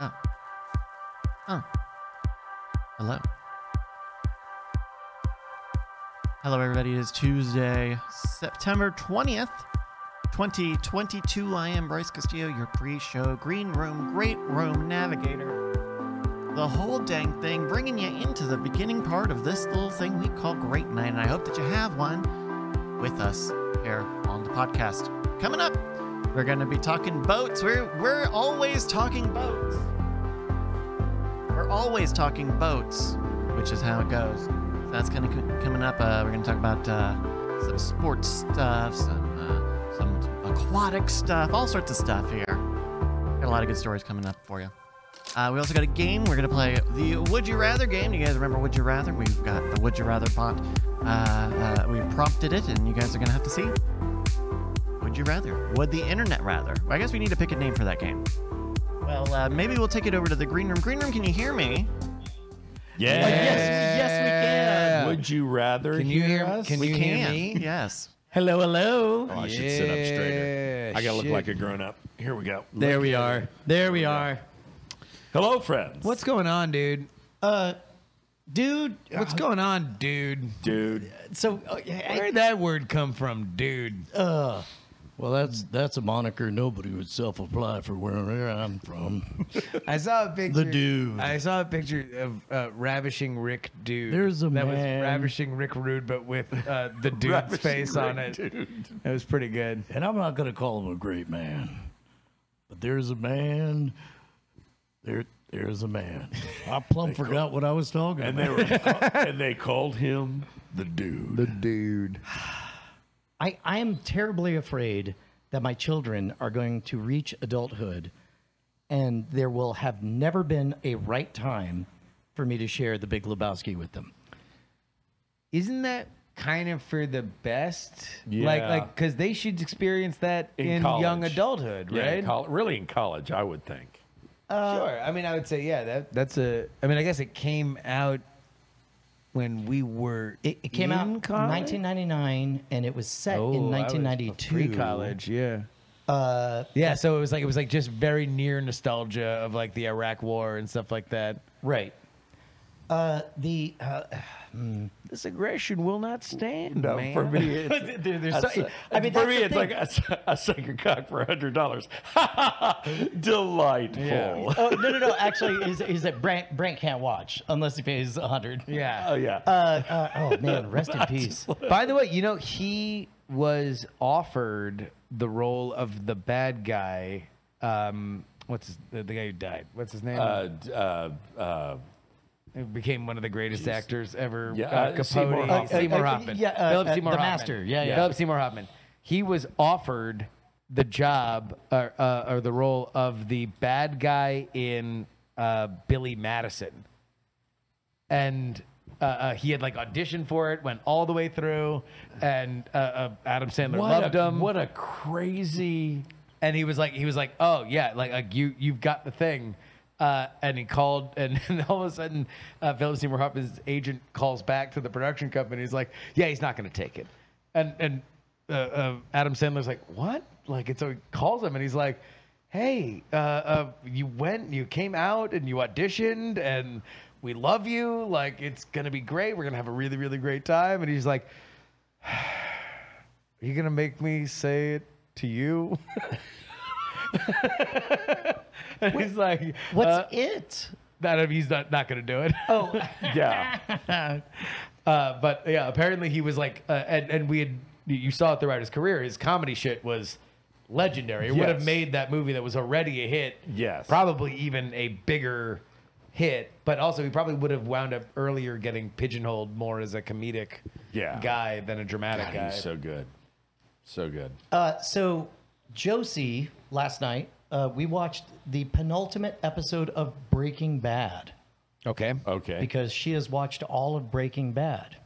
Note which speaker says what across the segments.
Speaker 1: Oh. Oh. Hello. Hello, everybody. It is Tuesday, September 20th, 2022. I am Bryce Castillo, your pre show green room, great room navigator. The whole dang thing, bringing you into the beginning part of this little thing we call Great Night. And I hope that you have one with us here on the podcast. Coming up, we're going to be talking boats. We're we're always talking boats. We're always talking boats, which is how it goes. So that's going to be coming up. Uh, we're going to talk about uh, some sports stuff, some uh, some aquatic stuff, all sorts of stuff here. Got a lot of good stories coming up for you. Uh, we also got a game. We're going to play the Would You Rather game. You guys remember Would You Rather? We've got the Would You Rather bot. Uh, uh, we prompted it, and you guys are going to have to see. Would you rather? Would the internet rather? Well, I guess we need to pick a name for that game. Well, uh, maybe we'll take it over to the green room. Green room, can you hear me?
Speaker 2: Yeah.
Speaker 3: yes,
Speaker 2: Would you rather
Speaker 3: Can you hear-
Speaker 2: us?
Speaker 3: can
Speaker 2: We-
Speaker 1: we
Speaker 3: you hear
Speaker 1: can.
Speaker 3: me?
Speaker 1: Yes.
Speaker 3: Hello, hello.
Speaker 2: Oh, I should sit up straighter.
Speaker 3: Yeah,
Speaker 2: I gotta look
Speaker 3: shit.
Speaker 2: like a grown up. Here we go.
Speaker 3: There we are. There we are.
Speaker 2: Hello, friends.
Speaker 3: What's going on, dude? Uh, dude, uh, what's going on, dude?
Speaker 2: dude?
Speaker 4: So, uh,
Speaker 3: Where did that word come from, dude?
Speaker 4: well, that's that's a moniker nobody would self-apply for where I'm from.
Speaker 3: I saw a picture.
Speaker 4: The dude.
Speaker 3: I saw a picture of uh, ravishing Rick Dude.
Speaker 4: There's a
Speaker 3: that
Speaker 4: man.
Speaker 3: was ravishing Rick Rude, but with uh, the dude's face on it. It was pretty good.
Speaker 4: And I'm not going to call him a great man, but there's a man. There, there's a man. I plumb forgot what I was talking
Speaker 2: And
Speaker 4: about.
Speaker 2: they were, and they called him the dude.
Speaker 4: The dude.
Speaker 5: I, I am terribly afraid that my children are going to reach adulthood and there will have never been a right time for me to share the Big Lebowski with them.
Speaker 3: Isn't that kind of for the best? Like,
Speaker 2: Yeah.
Speaker 3: like, because they should experience that in, young
Speaker 2: college.
Speaker 3: adulthood,
Speaker 2: Yeah, in
Speaker 3: right? Uh,
Speaker 2: col- really in college, I would think.
Speaker 3: sure. I mean, I would say, yeah, that that's a. I mean, I guess it came out when we were.
Speaker 5: It, it came
Speaker 3: in
Speaker 5: out in
Speaker 3: college?
Speaker 5: 1999 and it was set
Speaker 3: Oh,
Speaker 5: in
Speaker 3: I was
Speaker 5: 1992.
Speaker 3: pre-college. Yeah. Uh, yeah. So it was like it was like just very near nostalgia of like the Iraq War and stuff like that.
Speaker 5: Right. Uh, the uh,
Speaker 3: This aggression will not stand,
Speaker 2: No,
Speaker 3: man.
Speaker 2: for me, it's,
Speaker 3: There- there's
Speaker 2: that's
Speaker 3: so-
Speaker 2: a-
Speaker 5: I mean,
Speaker 2: for
Speaker 5: that's
Speaker 2: me,
Speaker 5: the
Speaker 2: it's like I su- I suck your cock for hundred dollars. Delightful.
Speaker 5: oh, no, no, no. Actually, is is that Brant, Brant can't watch unless he pays 100.
Speaker 3: yeah.
Speaker 2: Oh yeah.
Speaker 5: Uh, uh, oh man, rest in peace.
Speaker 3: By the way, you know, he was offered the role of the bad guy. Um, what's his, the, the guy who died? What's his name?
Speaker 2: uh, d- uh, uh,
Speaker 3: Who became one of the greatest actors ever.
Speaker 2: Yeah,
Speaker 3: uh,
Speaker 2: uh,
Speaker 3: Capote.
Speaker 2: Seymour Hoffman.
Speaker 3: Seymour Hoffman.
Speaker 2: Uh, uh,
Speaker 5: uh, yeah, uh,
Speaker 3: Philip
Speaker 5: uh,
Speaker 3: Seymour
Speaker 5: The
Speaker 3: Hoffman.
Speaker 5: Master, yeah, yeah.
Speaker 3: Philip Seymour Hoffman. He was offered the job or, uh, or the role of the bad guy in uh, Billy Madison. and uh, uh, he had like auditioned for it, went all the way through, and uh, uh, Adam Sandler
Speaker 2: what,
Speaker 3: loved
Speaker 2: a,
Speaker 3: him.
Speaker 2: what a crazy.
Speaker 3: And he was like, he was like, oh yeah, like like you you've got the thing. Uh, and he called, and, and all of a sudden, uh, Philip Seymour Hoffman's agent calls back to the production company. He's like, yeah, he's not going to take it. And and uh, uh, Adam Sandler's like, what? Like, and so he calls him, and he's like. Hey, uh, uh, you went, and you came out, and you auditioned, and we love you. Like, it's gonna be great. We're gonna have a really, really great time. And he's like, "Are you gonna make me say it to you?" And he's like,
Speaker 5: What's
Speaker 3: uh,
Speaker 5: it?
Speaker 3: that? He's not, not going to do it. Oh,
Speaker 2: Yeah.
Speaker 3: uh, but yeah, apparently he was like, uh, and, and we had, you saw it throughout his career, his comedy shit was legendary. It would have
Speaker 2: Yes.
Speaker 3: made that movie that was already a hit,
Speaker 2: Yes.
Speaker 3: probably even a bigger hit, but also he probably would have wound up earlier getting pigeonholed more as a comedic
Speaker 2: Yeah.
Speaker 3: guy than a dramatic
Speaker 2: God,
Speaker 3: guy.
Speaker 2: he's so good. So good.
Speaker 5: Uh, so, Josie, last night, uh, we watched the penultimate episode of Breaking Bad
Speaker 3: okay.
Speaker 2: Okay.
Speaker 5: because she has watched all of Breaking Bad.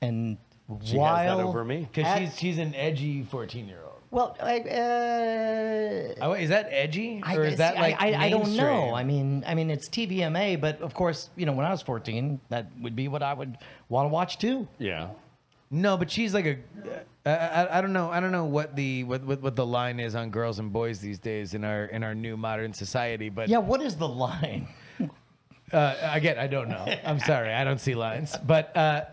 Speaker 5: And
Speaker 2: that
Speaker 5: while.
Speaker 2: over me.
Speaker 3: Because she's, she's an edgy 14 year old.
Speaker 5: Well, I, uh,
Speaker 3: Oh, is that edgy?
Speaker 5: I,
Speaker 3: Or is that
Speaker 5: see,
Speaker 3: like
Speaker 5: I, I, I don't
Speaker 3: mainstream?
Speaker 5: know. I mean, I mean, it's TVMA, but of course, you know, when I was 14, that would be what I would want to watch too.
Speaker 2: yeah.
Speaker 3: No, but she's like a. uh, I, I, I don't know. I don't know what the what, what what the line is on girls and boys these days in our in our new modern society. But
Speaker 5: Yeah, what is the line?
Speaker 3: uh, again, I don't know. I'm sorry, I don't see lines. But uh,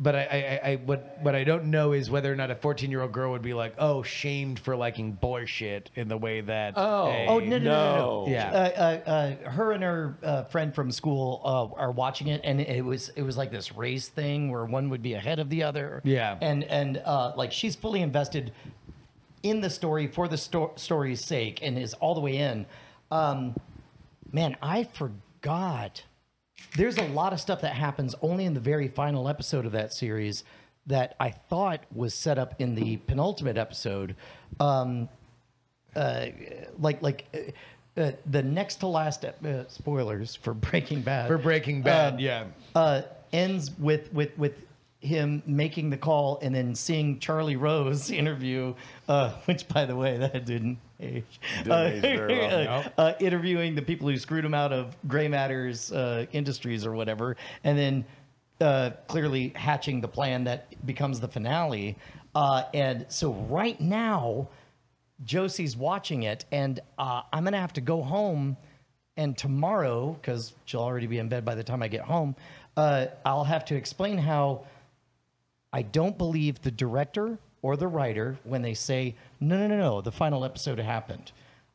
Speaker 3: but I, I, I- I what what I don't know is whether or not a 14 year old girl would be like, oh, shamed for liking boy shit in the way that.
Speaker 2: Oh.
Speaker 3: a-
Speaker 5: Oh no no no! no, no.
Speaker 2: No.
Speaker 3: Yeah.
Speaker 5: Uh, uh, uh, her and her uh, friend from school uh, are watching it, and it was it was like this race thing where one would be ahead of the other.
Speaker 3: Yeah.
Speaker 5: And and uh, like she's fully invested in the story for the sto- story's sake, and is all the way in. Um, man, I forgot. There's a lot of stuff that happens only in the very final episode of that series that I thought was set up in the penultimate episode. Um, like like uh, uh, the next to last ep- uh, spoilers for Breaking Bad
Speaker 3: for Breaking Bad.
Speaker 5: Um,
Speaker 3: yeah.
Speaker 5: uh, ends with with with him making the call and then seeing Charlie Rose interview, uh, which by the way that didn't age, Uh,
Speaker 2: age very well,
Speaker 5: uh, uh, interviewing the people who screwed him out of Gray Matters uh, Industries or whatever, and then uh, clearly hatching the plan that becomes the finale. Uh, and so right now, Josie's watching it, and uh, I'm gonna have to go home. And tomorrow, because she'll already be in bed by the time I get home, uh, I'll have to explain how I don't believe the director or the writer when they say, no, no, no, no, the final episode happened.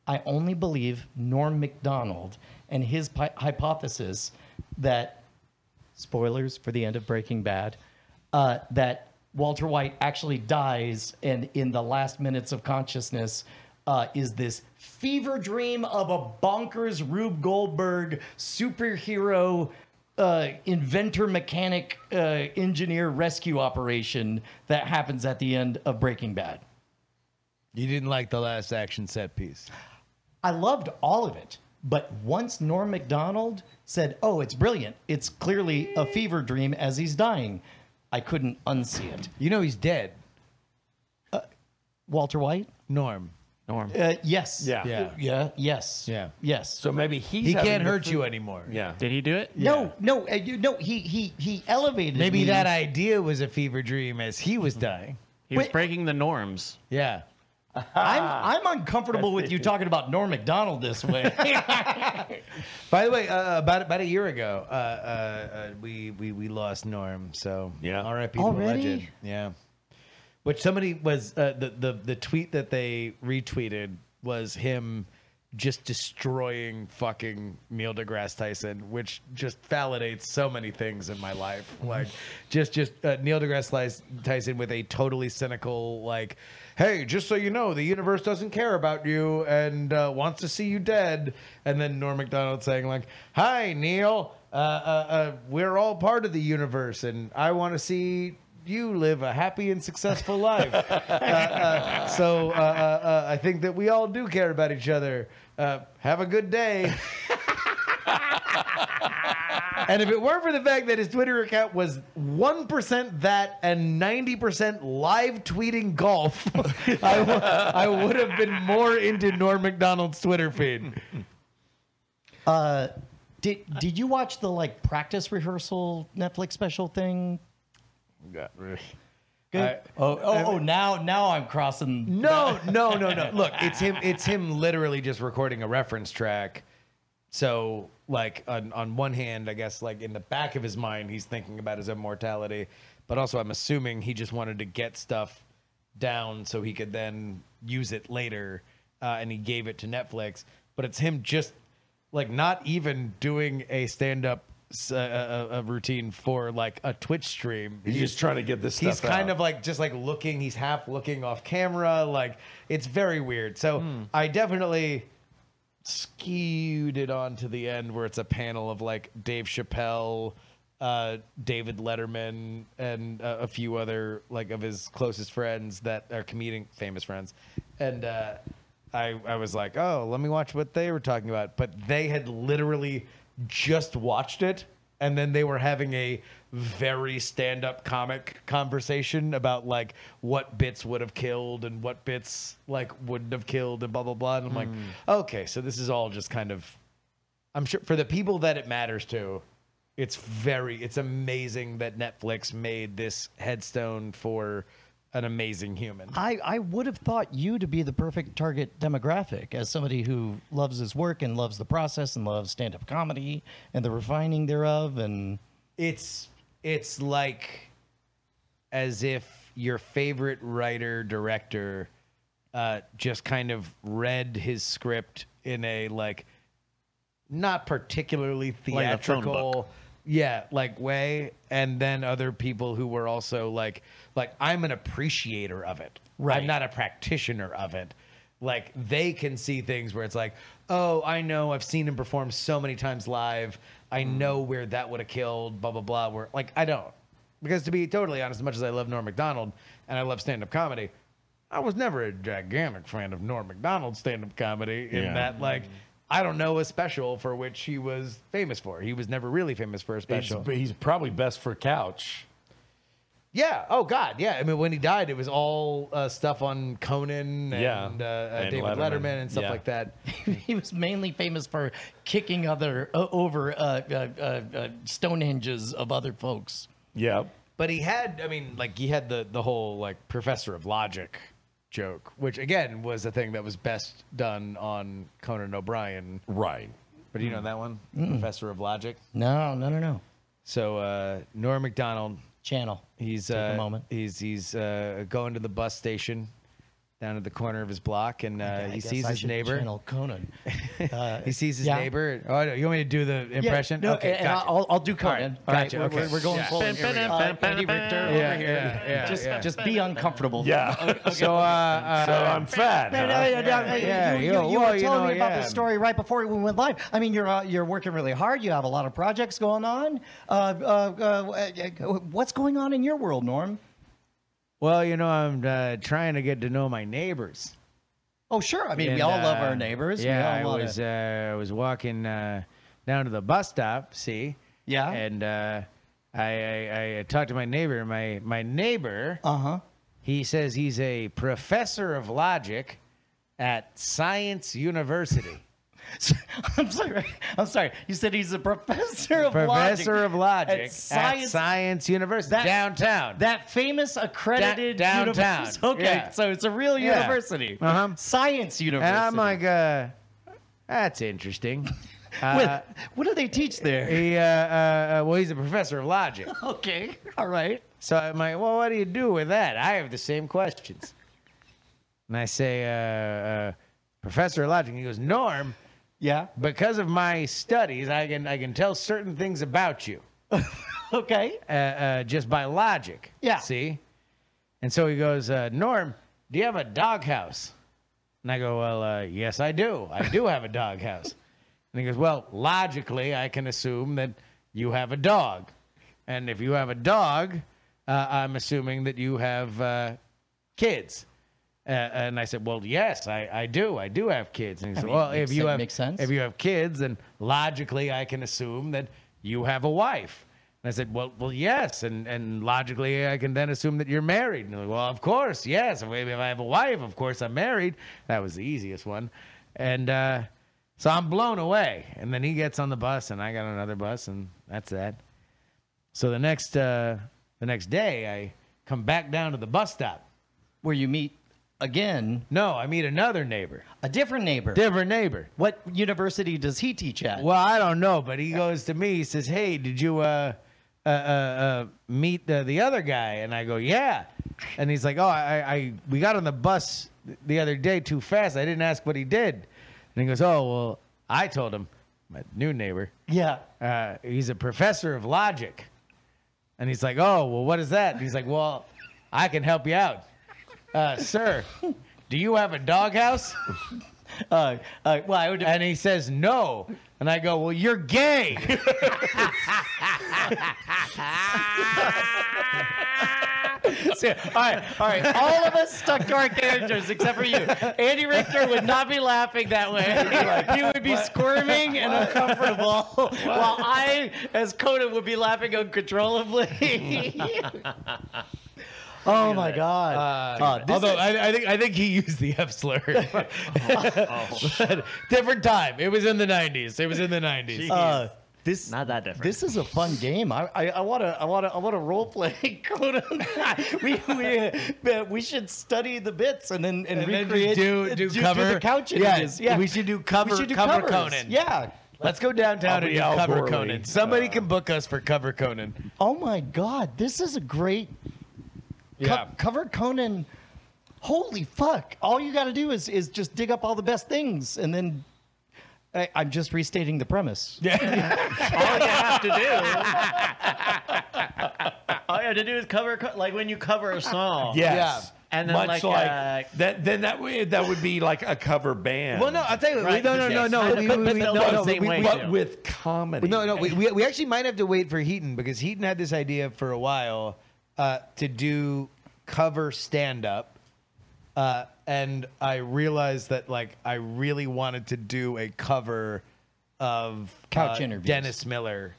Speaker 5: I only believe Norm MacDonald and his pi- hypothesis that, spoilers for the end of Breaking Bad, uh, that Walter White actually dies and in the last minutes of consciousness uh, is this fever dream of a bonkers Rube Goldberg superhero uh, inventor mechanic uh, engineer rescue operation that happens at the end of Breaking Bad.
Speaker 3: You didn't like the last action set piece.
Speaker 5: I loved all of it, but once Norm Macdonald said, "Oh, it's brilliant! It's clearly a fever dream as he's dying," I couldn't unsee it.
Speaker 3: You know he's dead,
Speaker 5: Walter White?
Speaker 3: Norm. Norm.
Speaker 5: Uh, yes.
Speaker 2: Yeah.
Speaker 3: Yeah.
Speaker 5: Yeah. Yes.
Speaker 3: Yeah.
Speaker 5: Yes.
Speaker 2: So maybe he's
Speaker 3: He
Speaker 2: having
Speaker 3: can't
Speaker 2: the
Speaker 3: hurt
Speaker 2: food-
Speaker 3: you anymore.
Speaker 2: Yeah.
Speaker 1: Did he do it?
Speaker 5: no, no, uh, you, no. He he he elevated.
Speaker 3: Maybe
Speaker 5: me.
Speaker 3: that idea was a fever dream as he was
Speaker 2: Mm-hmm.
Speaker 3: dying.
Speaker 1: He was
Speaker 5: Wait.
Speaker 1: breaking the norms.
Speaker 3: Yeah.
Speaker 5: I'm I'm uncomfortable with you talking about Norm Macdonald this way.
Speaker 3: By the way, uh, about about a year ago, uh, uh, uh, we, we we lost Norm. So
Speaker 2: Yeah.
Speaker 3: R.I.P. to a
Speaker 5: Already?
Speaker 3: legend. Yeah. Which somebody was uh, the the the tweet that they retweeted was him just destroying fucking Neil deGrasse Tyson, which just validates so many things in my life. Like just just uh, Neil deGrasse Lys- Tyson with a totally cynical like, hey, just so you know, the universe doesn't care about you and uh, wants to see you dead. And then Norm Macdonald saying like, hi Neil, uh, uh, uh, we're all part of the universe, and I want to see you live a happy and successful life. Uh, uh, so uh, uh, uh, I think that we all do care about each other. Uh, have a good day. and if it weren't for the fact that his Twitter account was 1% that and 90% live tweeting golf, I wa- I would have been more into Norm MacDonald's Twitter feed.
Speaker 5: did did you watch the like practice rehearsal Netflix special thing? Good. oh, oh, oh, now now I'm crossing.
Speaker 3: No, no, no, no. Look, it's him. It's him literally just recording a reference track. So, like on on one hand, I guess like in the back of his mind, he's thinking about his immortality, but also I'm assuming he just wanted to get stuff down so he could then use it later, uh, and he gave it to Netflix. But it's him just like not even doing a stand up. Uh, uh uh routine for like a Twitch stream.
Speaker 2: He's just trying to get this
Speaker 3: He's
Speaker 2: stuff
Speaker 3: kind
Speaker 2: out.
Speaker 3: of like just like looking. He's half looking off camera. Like it's very weird. So
Speaker 2: Hmm.
Speaker 3: I definitely skewed it on to the end where it's a panel of like Dave Chappelle, uh, David Letterman, and uh, a few other like of his closest friends that are comedian famous friends, and uh, I I was like, oh, let me watch what they were talking about, but they had literally just watched it. And then they were having a very stand-up comic conversation about like what bits would have killed and what bits like wouldn't have killed and blah blah blah. And I'm like, okay, so this is all just kind of I'm sure for the people that it matters to, It's very, it's amazing that Netflix made this headstone for an amazing human.
Speaker 5: I, I would have thought you to be the perfect target demographic as somebody who loves his work and loves the process and loves stand up comedy and the refining thereof. And
Speaker 3: it's it's like as if your favorite writer director uh, just kind of read his script in a like not particularly
Speaker 6: Like a phone book.
Speaker 3: theatrical yeah like way and then other people who were also like like i'm an appreciator of it
Speaker 5: Right.
Speaker 3: i'm not a practitioner of it like they can see things where it's like oh i know i've seen him perform so many times live i know where that would have killed blah blah blah where like i don't because to be totally honest as much as i love norm mcdonald and i love stand-up comedy i was never a gigantic fan of norm mcdonald's stand-up comedy in
Speaker 7: Yeah.
Speaker 3: that like I don't know a special for which he was famous for. He was never really famous for a
Speaker 2: He's,
Speaker 3: special.
Speaker 2: he's probably best for couch.
Speaker 3: yeah. Oh God. Yeah. I mean, when he died, it was all uh, stuff on Conan and,
Speaker 2: Yeah.
Speaker 3: uh, uh,
Speaker 2: And
Speaker 3: David
Speaker 2: Letterman.
Speaker 3: Letterman, and stuff
Speaker 2: Yeah.
Speaker 3: like that.
Speaker 5: he was mainly famous for kicking other uh, over uh, uh, uh, uh, Stonehenges of other folks.
Speaker 2: Yep.
Speaker 3: But he had, I mean, like he had the the whole like professor of logic joke, which again was a thing that was best done on Conan O'Brien. Mm.
Speaker 2: Right.
Speaker 3: But do you know that one, professor of logic.
Speaker 5: No, no, no, no.
Speaker 3: So uh, Norm Macdonald
Speaker 5: Channel.
Speaker 3: He's
Speaker 5: Take
Speaker 3: uh,
Speaker 5: a moment.
Speaker 3: He's he's uh, going to the bus station down at the corner of his block, and uh,
Speaker 5: I
Speaker 3: he
Speaker 5: guess
Speaker 3: sees
Speaker 5: I
Speaker 3: his
Speaker 5: should
Speaker 3: neighbor.
Speaker 5: Channel Conan. Uh,
Speaker 3: He sees his
Speaker 5: Yeah.
Speaker 3: neighbor. Oh, no, you want me to do the impression?
Speaker 5: Yeah, no, and- and I'll, I'll do
Speaker 3: All right,
Speaker 5: Conan.
Speaker 3: Gotcha.
Speaker 5: All right, we're-
Speaker 3: okay.
Speaker 5: we're, we're going
Speaker 3: yeah.
Speaker 5: forward.
Speaker 6: Bam, bam,
Speaker 5: Uh,
Speaker 6: bam, bam,
Speaker 5: Andy
Speaker 6: bam.
Speaker 5: Richter
Speaker 6: Yeah,
Speaker 5: over
Speaker 3: Yeah,
Speaker 5: here.
Speaker 3: yeah, yeah,
Speaker 5: just,
Speaker 3: yeah.
Speaker 5: just be uncomfortable.
Speaker 2: Yeah.
Speaker 3: So, uh, uh,
Speaker 2: so I'm fat.
Speaker 5: No,
Speaker 2: huh?
Speaker 5: no, no, no, no,
Speaker 3: Yeah,
Speaker 5: you,
Speaker 3: yo,
Speaker 5: you, you
Speaker 3: well,
Speaker 5: were telling
Speaker 3: you know,
Speaker 5: me about
Speaker 3: yeah.
Speaker 5: this story right before we went live. I mean, you're uh, you're working really hard. You have a lot of projects going on. Uh, uh, uh, uh, what's going on in your world, Norm?
Speaker 3: well, you know, I'm uh, trying to get to know my neighbors.
Speaker 5: Oh, sure. I mean, we
Speaker 3: And,
Speaker 5: all love
Speaker 3: uh,
Speaker 5: our neighbors. We
Speaker 3: Yeah, I
Speaker 5: all wanna-
Speaker 3: was uh, I was walking uh, down to the bus stop. See,
Speaker 5: Yeah.
Speaker 3: and uh, I, I I talked to my neighbor. My my neighbor.
Speaker 5: Uh-huh.
Speaker 3: He says he's a professor of logic at Science University.
Speaker 5: I'm sorry. I'm sorry. You said he's a professor of
Speaker 3: professor
Speaker 5: logic
Speaker 3: of logic
Speaker 5: at
Speaker 3: at Science,
Speaker 5: Science-
Speaker 3: University
Speaker 5: That-
Speaker 3: downtown.
Speaker 5: That famous accredited
Speaker 3: Da- downtown.
Speaker 5: university. Okay,
Speaker 3: Yeah.
Speaker 5: so it's a real
Speaker 3: Yeah.
Speaker 5: university.
Speaker 3: Uh-huh.
Speaker 5: Science
Speaker 3: and
Speaker 5: university.
Speaker 3: I'm like, uh, that's interesting.
Speaker 5: Wait,
Speaker 3: Uh,
Speaker 5: what do they teach there?
Speaker 3: he, uh, uh, uh, well, he's a professor of logic.
Speaker 5: Okay, all right.
Speaker 3: So I'm like, well, what do you do with that? I have the same questions. And I say, uh, uh, Professor of Logic. He goes, Norm,
Speaker 5: Yeah.
Speaker 3: because of my studies, I can I can tell certain things about you
Speaker 5: Okay.
Speaker 3: uh, uh, just by logic.
Speaker 5: Yeah.
Speaker 3: See. And so he goes, uh, Norm, do you have a doghouse? And I go, well, uh, yes, I do. I do have a doghouse. And he goes, well, logically, I can assume that you have a dog. And if you have a dog, uh, I'm assuming that you have uh, kids. Uh, and I said, well, yes, I, I do. I do have kids. And he said,
Speaker 5: mean,
Speaker 3: well,
Speaker 5: makes
Speaker 3: if you
Speaker 5: sen-
Speaker 3: have
Speaker 5: makes sense.
Speaker 3: if you have kids, then logically, I can assume that you have a wife. And I said, well, well, yes, and and logically, I can then assume that you're married. And they're like, well, of course, yes. If I if I have a wife, of course I'm married. That was the easiest one, and uh, so I'm blown away. And then he gets on the bus, and I got on another bus, and that's that. So the next uh, the next day, I come back down to the bus stop.
Speaker 5: Where you meet again
Speaker 3: No, I meet another neighbor,
Speaker 5: a different neighbor.
Speaker 3: different neighbor.
Speaker 5: what university does he teach at?
Speaker 3: Well, I don't know, but he goes to me. He says, "Hey, did you uh, uh, uh, uh, meet the, the other guy?" And I go, "Yeah." And he's like, "Oh, I, I we got on the bus the other day too fast. I didn't ask what he did." And he goes, "Oh, well, I told him, my new neighbor.
Speaker 5: yeah.
Speaker 3: Uh, he's a professor of logic." And he's like, "Oh, well, what is that?" And he's like, "Well, I can help you out, uh, sir. Do you have a doghouse?"
Speaker 5: Uh, uh, well, I would.
Speaker 3: And he says no. And I go, Well, you're gay.
Speaker 5: all right, all right. All of us stuck to our characters except for you. Andy Richter would not be laughing that way. He would be squirming and uncomfortable, while I, as Conan, would be laughing uncontrollably. oh my god! Uh, this
Speaker 3: Although
Speaker 5: is- Oh,
Speaker 3: I, I think I think he used the F slur. But different time. It was in the nineties. It was in the nineties.
Speaker 5: uh, This
Speaker 1: Not that different.
Speaker 5: This is a fun game. I I, I wanna I wanna I wanna role play Conan. we we uh, man, we should study the bits and then and,
Speaker 8: And then
Speaker 5: recreate
Speaker 8: just do do cover
Speaker 5: the couch
Speaker 8: Yeah,
Speaker 5: images. Yeah,
Speaker 8: we should do cover cover
Speaker 5: covers.
Speaker 8: Conan.
Speaker 5: Yeah.
Speaker 8: Let's go downtown
Speaker 2: I'll
Speaker 8: and
Speaker 2: be
Speaker 8: do
Speaker 2: Al
Speaker 8: cover
Speaker 2: Borley.
Speaker 8: Conan. Somebody can book us for cover Conan.
Speaker 5: Oh my God, this is a great co-
Speaker 8: Yeah.
Speaker 5: cover Conan. Holy fuck! All you got to do is is just dig up all the best things, and then I, I'm just restating the premise. Yeah,
Speaker 1: all you have to do. all you have to do is cover, co- like when you cover a song.
Speaker 2: Yes.
Speaker 1: Yeah. And then, like,
Speaker 2: Much
Speaker 1: uh,
Speaker 2: that, then that would that would be like a cover band.
Speaker 3: Well, no, I'll tell you. we-
Speaker 1: Right,
Speaker 3: No, no, no,
Speaker 1: yes.
Speaker 3: no.
Speaker 1: But-
Speaker 3: we-
Speaker 1: but-
Speaker 3: we-
Speaker 1: but
Speaker 3: no,
Speaker 1: they'll
Speaker 3: no,
Speaker 1: same
Speaker 3: we-
Speaker 1: way,
Speaker 3: we-
Speaker 1: too.
Speaker 2: but with comedy.
Speaker 3: No, no, we, we, we actually might have to wait for Heaton because Heaton had this idea for a while uh, to do cover stand up. Uh, and I realized that like I really wanted to do a cover of
Speaker 5: Couch
Speaker 3: uh,
Speaker 5: interviews.
Speaker 3: Dennis Miller,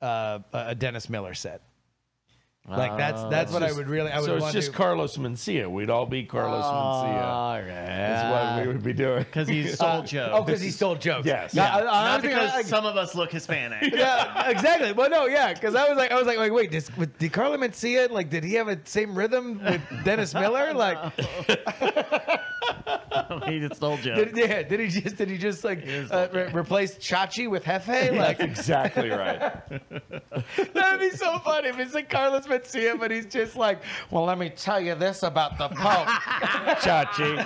Speaker 3: uh, a Dennis Miller set. Like that's that's what I would really I would
Speaker 2: so it's
Speaker 3: want
Speaker 2: just
Speaker 3: to.
Speaker 2: Carlos Mencia. We'd all be Carlos Mencia.
Speaker 5: all
Speaker 2: That's what we would be doing.
Speaker 1: Because he stole jokes.
Speaker 3: oh, because he stole jokes.
Speaker 2: Yes.
Speaker 3: Yeah. I- I
Speaker 1: Not
Speaker 3: honestly-
Speaker 1: because
Speaker 3: I-
Speaker 1: some of us look Hispanic.
Speaker 3: yeah, exactly. Well, no, yeah, because I was like, I was like, like wait, does, with, did Carlo Mencia like, did he have a same rhythm with Dennis Miller? Like,
Speaker 1: he just stole jokes.
Speaker 3: did, yeah, did he just did he just like uh, re- replace Chachi with Hefe?
Speaker 2: That's
Speaker 3: Like,
Speaker 2: exactly right.
Speaker 3: that'd be so funny if it's like Carlos Mencia, but he's just like, well, let me tell you this about the Pope.
Speaker 2: Chachi.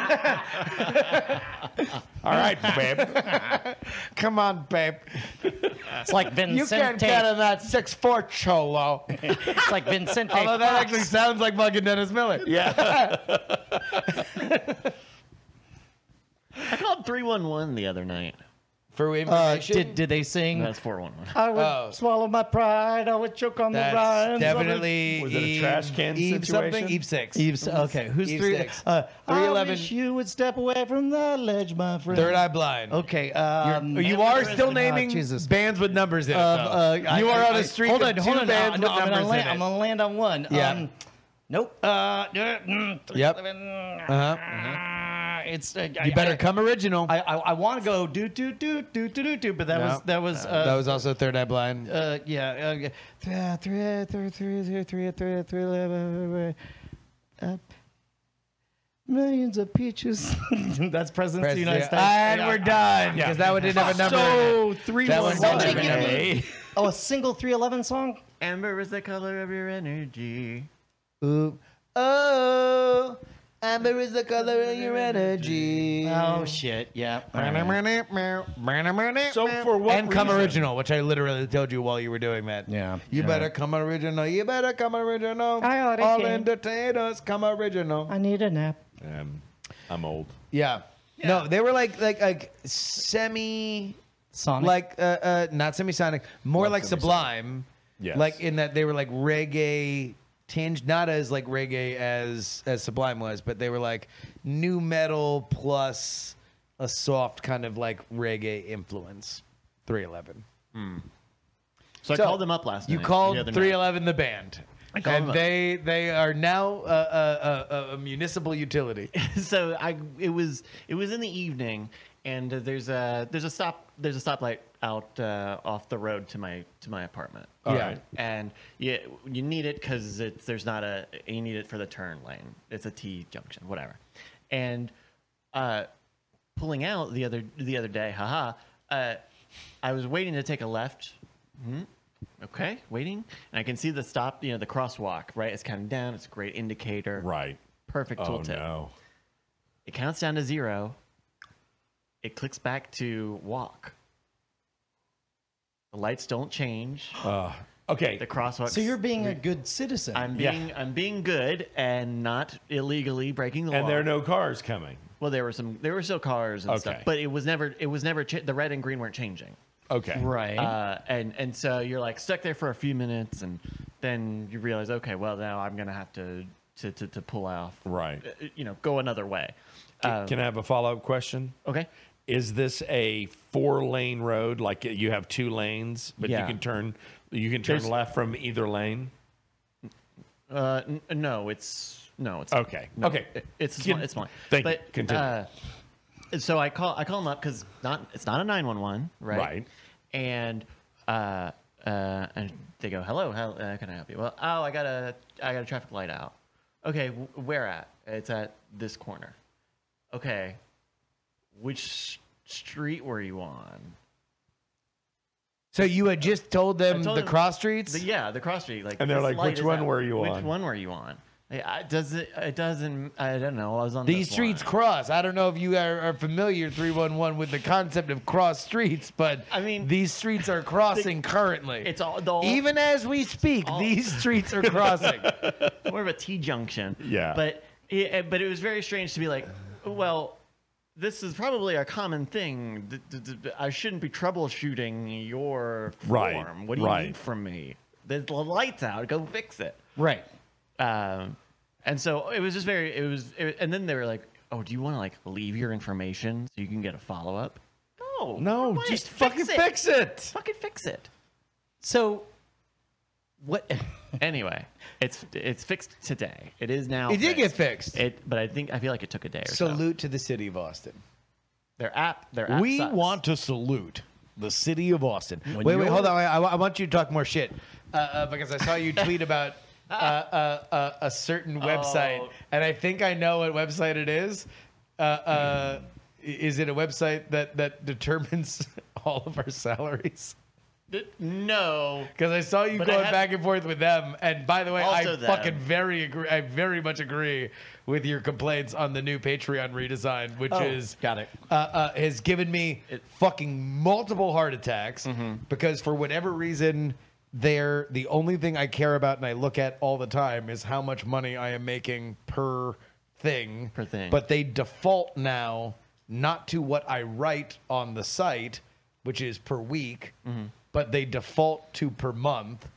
Speaker 2: All right, babe.
Speaker 3: Come on, babe,
Speaker 5: It's like Vincente.
Speaker 3: you can't get in that six four cholo.
Speaker 5: It's like Vincente.
Speaker 3: Although that actually sounds like fucking Dennis Miller.
Speaker 2: Yeah.
Speaker 1: I called 311 the other night.
Speaker 3: For
Speaker 5: uh,
Speaker 3: information,
Speaker 5: did did they sing?
Speaker 1: That's 411.
Speaker 5: I would
Speaker 3: Oh.
Speaker 5: swallow my pride. I would choke on
Speaker 3: that's
Speaker 5: the rhymes. of a-
Speaker 3: definitely
Speaker 2: Was it a
Speaker 3: Eve-
Speaker 2: trash can
Speaker 3: Eve something.
Speaker 2: situation?
Speaker 3: Eve six.
Speaker 5: Eve's, okay, who's
Speaker 3: Eve
Speaker 5: three?
Speaker 3: six.
Speaker 5: Uh, I
Speaker 3: 311.
Speaker 5: wish you would step away from the ledge, my friend.
Speaker 3: Third Eye Blind.
Speaker 5: Okay. Um,
Speaker 3: you
Speaker 1: Manly
Speaker 3: are
Speaker 1: Prison.
Speaker 3: still
Speaker 1: Oh,
Speaker 3: naming
Speaker 5: Jesus.
Speaker 3: bands with numbers in it.
Speaker 5: Um, uh,
Speaker 3: though.
Speaker 5: I-
Speaker 3: you are on
Speaker 5: I-
Speaker 3: a streak
Speaker 5: hold
Speaker 3: of
Speaker 5: on,
Speaker 3: two
Speaker 5: hold on.
Speaker 3: bands
Speaker 5: No,
Speaker 3: with
Speaker 5: I'm
Speaker 3: numbers
Speaker 5: gonna land,
Speaker 3: in it.
Speaker 5: I'm gonna land on one.
Speaker 3: Yeah.
Speaker 5: Um, nope. Uh, mm,
Speaker 3: Yep. Uh-huh.
Speaker 5: uh, It's. Uh,
Speaker 3: You better come original.
Speaker 5: I I, I want to go do do do do do do do, but that
Speaker 3: No.
Speaker 5: was that was. Uh,
Speaker 3: that was also Third Eye Blind.
Speaker 5: Uh, yeah. Uh, yeah. Three, three, three, three, three, three, three, three, blah, blah, blah, blah. Uh, Millions of peaches. That's president of the United States.
Speaker 3: And
Speaker 5: Yeah.
Speaker 3: we're done because that one didn't have a number.
Speaker 2: So
Speaker 3: in it. that one didn't have
Speaker 5: one
Speaker 3: a
Speaker 5: seven,
Speaker 3: number. in it.
Speaker 5: Oh, a single 311 song?
Speaker 1: Amber is the color of your energy.
Speaker 3: Ooh. Oh, amber is the color of your energy.
Speaker 5: Oh, shit. Yeah. All right.
Speaker 2: So for what
Speaker 3: and come
Speaker 2: reason?
Speaker 3: original, which I literally told you while you were doing that.
Speaker 5: Yeah.
Speaker 3: You
Speaker 5: Yeah.
Speaker 3: better come original. You better come original.
Speaker 5: I already
Speaker 3: All
Speaker 5: came.
Speaker 3: entertainers come original.
Speaker 5: I need a nap.
Speaker 2: Um, I'm old.
Speaker 3: Yeah. No, they were like like like semi
Speaker 5: Sonic.
Speaker 3: like uh, uh not semisonic, more
Speaker 2: Not
Speaker 3: like
Speaker 2: semisonic.
Speaker 3: sublime.
Speaker 2: Yes.
Speaker 3: Like in that they were like reggae tinged, not as like reggae as as Sublime was, but they were like new metal plus a soft kind of like reggae influence. 311.
Speaker 1: So,
Speaker 3: So,
Speaker 1: I called them up last night.
Speaker 3: You
Speaker 1: the
Speaker 3: called
Speaker 1: other night.
Speaker 3: 311 the band.
Speaker 1: I called them
Speaker 3: And
Speaker 1: up.
Speaker 3: they they are now uh, uh, uh, a municipal utility.
Speaker 1: so I it was it was in the evening, and uh, there's a there's a stop there's a stoplight out uh, off the road to my to my apartment.
Speaker 2: All
Speaker 3: Yeah.
Speaker 2: right.
Speaker 1: And yeah, you need it because it's there's not a you need it for the turn lane. It's a T junction, whatever. And uh, pulling out the other the other day, haha. Uh, I was waiting to take a left. Mhm. Okay, waiting, and I can see the stop. You know the crosswalk, right? It's counting down. It's a great indicator.
Speaker 2: Right.
Speaker 1: Perfect
Speaker 2: Oh
Speaker 1: tooltip.
Speaker 2: no.
Speaker 1: It counts down to zero. It clicks back to walk. The lights don't change.
Speaker 2: Uh, okay.
Speaker 1: The crosswalks.
Speaker 5: so you're being a good citizen.
Speaker 1: I'm
Speaker 2: Yeah.
Speaker 1: being I'm being good and not illegally breaking the law.
Speaker 2: and there are no cars coming.
Speaker 1: well, there were some there were still cars and stuff,
Speaker 2: Okay.
Speaker 1: but it was never it was never cha- the red and green weren't changing.
Speaker 2: Okay.
Speaker 5: right.
Speaker 1: Uh, and and so you're like stuck there for a few minutes, and then you realize, okay, well now I'm gonna have to to to, to pull off,
Speaker 2: Right.
Speaker 1: uh, You know, go another way. Uh,
Speaker 2: Can I have a follow up question?
Speaker 1: okay.
Speaker 2: Is this a four lane road? Like uh, you have two lanes, but
Speaker 1: Yeah.
Speaker 2: you can turn you can turn
Speaker 1: There's-
Speaker 2: left from either lane.
Speaker 1: Uh, n- no, it's no, it's
Speaker 2: Okay.
Speaker 1: no,
Speaker 2: Okay.
Speaker 1: it- it's a
Speaker 2: Con-
Speaker 1: small, it's mine.
Speaker 2: Thank you.
Speaker 1: but,
Speaker 2: Continue.
Speaker 1: Uh, so I call I call them up because not it's not a nine one one, right?
Speaker 2: Right.
Speaker 1: And uh, uh, uh, and they go, "Hello, how uh, can I help you?" Well, oh, I got a I got a traffic light out. Okay, wh- where at? It's at this corner. Okay, which s- street were you on?
Speaker 3: So you had just told them
Speaker 1: told
Speaker 3: the
Speaker 1: them-
Speaker 3: cross streets.
Speaker 1: The- yeah, the cross street. Like,
Speaker 2: And they're
Speaker 1: this
Speaker 2: like,
Speaker 1: light
Speaker 2: "Which
Speaker 1: is
Speaker 2: one
Speaker 1: out.
Speaker 2: were you
Speaker 1: Which
Speaker 2: on?"
Speaker 1: one were you on? Like, I, does it? It doesn't. I don't know. I was on
Speaker 3: These
Speaker 1: this
Speaker 3: streets
Speaker 1: one.
Speaker 3: cross. I don't know if you are, are familiar 311 with the concept of cross streets, but
Speaker 1: I mean-
Speaker 3: these streets are crossing currently.
Speaker 1: It's all the whole,
Speaker 3: even as we speak,
Speaker 1: all-
Speaker 3: these streets are crossing.
Speaker 1: more of a T junction.
Speaker 2: Yeah.
Speaker 1: But it, but it was very strange to be like, well, this is probably a common thing. D- d- d- d- I shouldn't be troubleshooting your form.
Speaker 2: Right,
Speaker 1: What do you
Speaker 2: right.
Speaker 1: need from me? The, the lights out. Go fix it.
Speaker 5: Right.
Speaker 1: Um, and so it was just very. It was. It, and then they were like, oh, do you want to like leave your information so you can get a follow up? No.
Speaker 3: No,
Speaker 1: what?
Speaker 3: just fucking
Speaker 1: it.
Speaker 3: fix it.
Speaker 1: Fucking fix it.
Speaker 5: So, what?
Speaker 1: Anyway, it's it's fixed today. It is now.
Speaker 3: It did get fixed.
Speaker 1: It, but I think I feel like it took a day or so.
Speaker 3: Salute to the city of Austin.
Speaker 1: Their app, their app.
Speaker 3: we
Speaker 1: sucks.
Speaker 3: want to salute the city of Austin. wait, wait, hold on. I, I want you to talk more shit uh, uh, because I saw you tweet about uh, uh, uh, a certain website,
Speaker 1: Oh.
Speaker 3: and I think I know what website it is. Uh, uh, i- Is it a website that that determines all of our salaries?
Speaker 1: Th- no.
Speaker 3: Because I saw you
Speaker 1: But I
Speaker 3: going
Speaker 1: had-
Speaker 3: back and forth with them, and by the way, I
Speaker 1: Also them.
Speaker 3: fucking very agree. I very much agree with your complaints on the new Patreon redesign, which
Speaker 1: Oh,
Speaker 3: is
Speaker 5: got it.
Speaker 3: uh, uh, has given me fucking multiple heart attacks
Speaker 1: Mm-hmm.
Speaker 3: because for whatever reason, they're the only thing I care about and I look at all the time is how much money I am making per thing.
Speaker 1: Per thing.
Speaker 3: But they default now not to what I write on the site, which is per week,
Speaker 1: Mm-hmm.
Speaker 3: but they default to per month.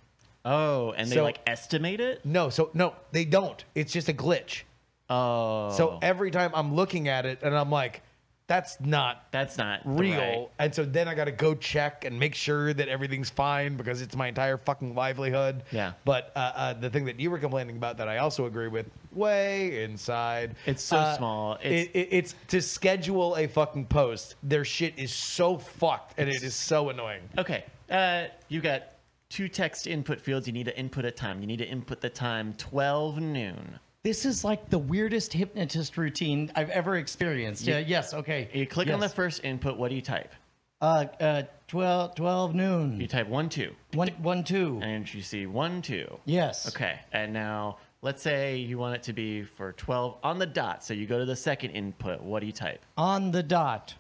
Speaker 1: Oh, and they
Speaker 3: So-
Speaker 1: like estimate it.
Speaker 3: No, so no, they don't. It's just a glitch.
Speaker 1: Oh,
Speaker 3: So every time I'm looking at it and I'm like, that's not
Speaker 1: that's not the
Speaker 3: real.
Speaker 1: right-
Speaker 3: And so then I got to go check and make sure that everything's fine because it's my entire fucking livelihood.
Speaker 1: Yeah.
Speaker 3: But uh, uh, the thing that you were complaining about that I also agree with, way inside.
Speaker 1: It's so small. It's-
Speaker 3: It's, it, it- it's to schedule a fucking post. Their shit is so fucked and it is so annoying.
Speaker 1: Okay. Uh, you got two text input fields. You need to input a time. You need to input the time twelve noon.
Speaker 5: This is like the weirdest hypnotist routine I've ever experienced. Yeah. yes. Okay.
Speaker 1: You click on the
Speaker 5: yes.
Speaker 1: first input. What do you type?
Speaker 5: Uh, uh, 12, 12
Speaker 1: You
Speaker 5: noon.
Speaker 1: type one two,
Speaker 5: One, one, two.
Speaker 1: and you see one two.
Speaker 5: Yes.
Speaker 1: Okay. And now let's say you want it to be for 12 on the dot. So you go to the second input. What do you type?
Speaker 5: On the dot.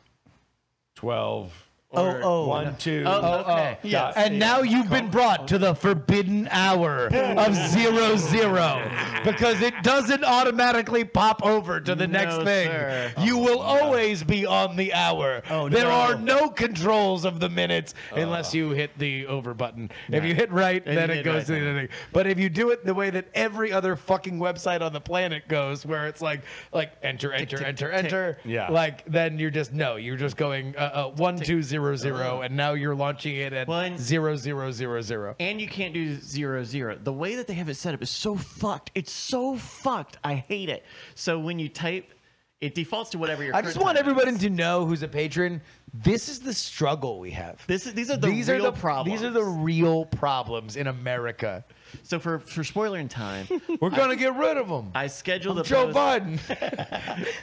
Speaker 2: 12,
Speaker 5: Oh, oh.
Speaker 2: one, two.
Speaker 1: okay.
Speaker 3: oh.
Speaker 2: dot.
Speaker 3: And now you've been brought to the forbidden hour of zero zero because it doesn't automatically pop over to the next
Speaker 1: No,
Speaker 3: thing.
Speaker 1: sir. Oh,
Speaker 3: You will always be on the hour. there
Speaker 5: no.
Speaker 3: are no controls of the minutes unless you hit the over button. If you hit right,
Speaker 1: Then
Speaker 3: then
Speaker 1: Uh. you hit
Speaker 3: it goes
Speaker 1: right,
Speaker 3: to the
Speaker 1: then.
Speaker 3: other thing. But if you do it the way that every other fucking website on the planet goes, where it's like like enter enter
Speaker 1: tick,
Speaker 3: enter
Speaker 1: tick, tick.
Speaker 3: enter,
Speaker 2: Yeah.
Speaker 3: like then you're just no, you're just going uh, uh, one two zero zero,
Speaker 1: Uh.
Speaker 3: and now you're launching it at
Speaker 1: One-
Speaker 3: zero zero zero zero.
Speaker 1: And you can't do zero zero. The way that they have it set up is so fucked. It's so fucked. I hate it. So when you type, it defaults to whatever your.
Speaker 3: I just
Speaker 1: current
Speaker 3: want
Speaker 1: time
Speaker 3: everybody
Speaker 1: is.
Speaker 3: to know who's a patron. This is the struggle we have.
Speaker 1: This is, these are the real problems.
Speaker 3: These are the real problems in America.
Speaker 1: so for for spoiler in time,
Speaker 3: We're gonna get rid of them.
Speaker 1: I schedule the
Speaker 3: Joe
Speaker 1: post-
Speaker 3: Biden.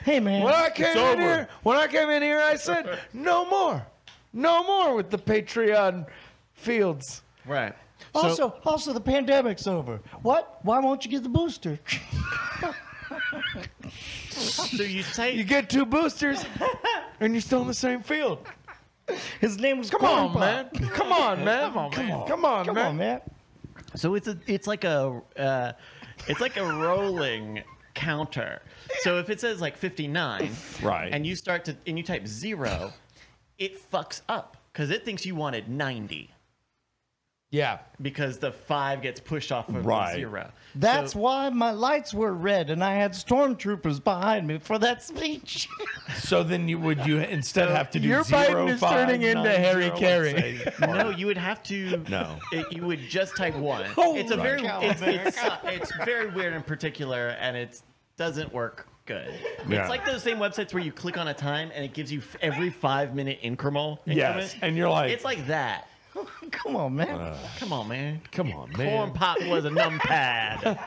Speaker 5: Hey, man.
Speaker 3: When I came in
Speaker 2: over.
Speaker 3: here, when I came in here, I said no more, no more with the Patreon fields.
Speaker 1: Right.
Speaker 5: Also, also the pandemic's over. What? Why won't you get the booster?
Speaker 1: So you type.
Speaker 3: You get two boosters, and you're still in the same field.
Speaker 5: His name was
Speaker 3: Come on, man. Come on, man. Come on, man. Come on,
Speaker 5: Come
Speaker 3: man.
Speaker 5: on, man.
Speaker 1: So it's a, it's like a, uh, it's like a rolling counter. So if it says like 59,
Speaker 2: Right.
Speaker 1: and you start to and you type zero, it fucks up because it thinks you wanted 90
Speaker 3: Yeah.
Speaker 1: because the five gets pushed off of
Speaker 2: Right.
Speaker 1: the zero.
Speaker 5: That's
Speaker 1: So-
Speaker 5: why my lights were red and I had stormtroopers behind me for that speech.
Speaker 2: So then you would you instead have to do
Speaker 3: Your
Speaker 2: zero,
Speaker 3: Biden is
Speaker 2: five,
Speaker 3: turning into
Speaker 2: nine,
Speaker 3: Harry
Speaker 2: zero,
Speaker 3: Carey.
Speaker 2: let's say.
Speaker 1: no, you would have to.
Speaker 2: No.
Speaker 1: it, you would just type one. it's a very
Speaker 2: Right.
Speaker 1: it's, it's, it's very weird in particular, and it doesn't work good.
Speaker 2: Yeah.
Speaker 1: It's like those same websites where you click on a time and it gives you f- every five minute incremental.
Speaker 2: Yes,
Speaker 1: increment.
Speaker 2: and you're like-
Speaker 1: it's like that.
Speaker 5: Come on, man.
Speaker 9: Come on, man.
Speaker 2: Come on,
Speaker 9: Corn
Speaker 2: man.
Speaker 9: pop was a numpad.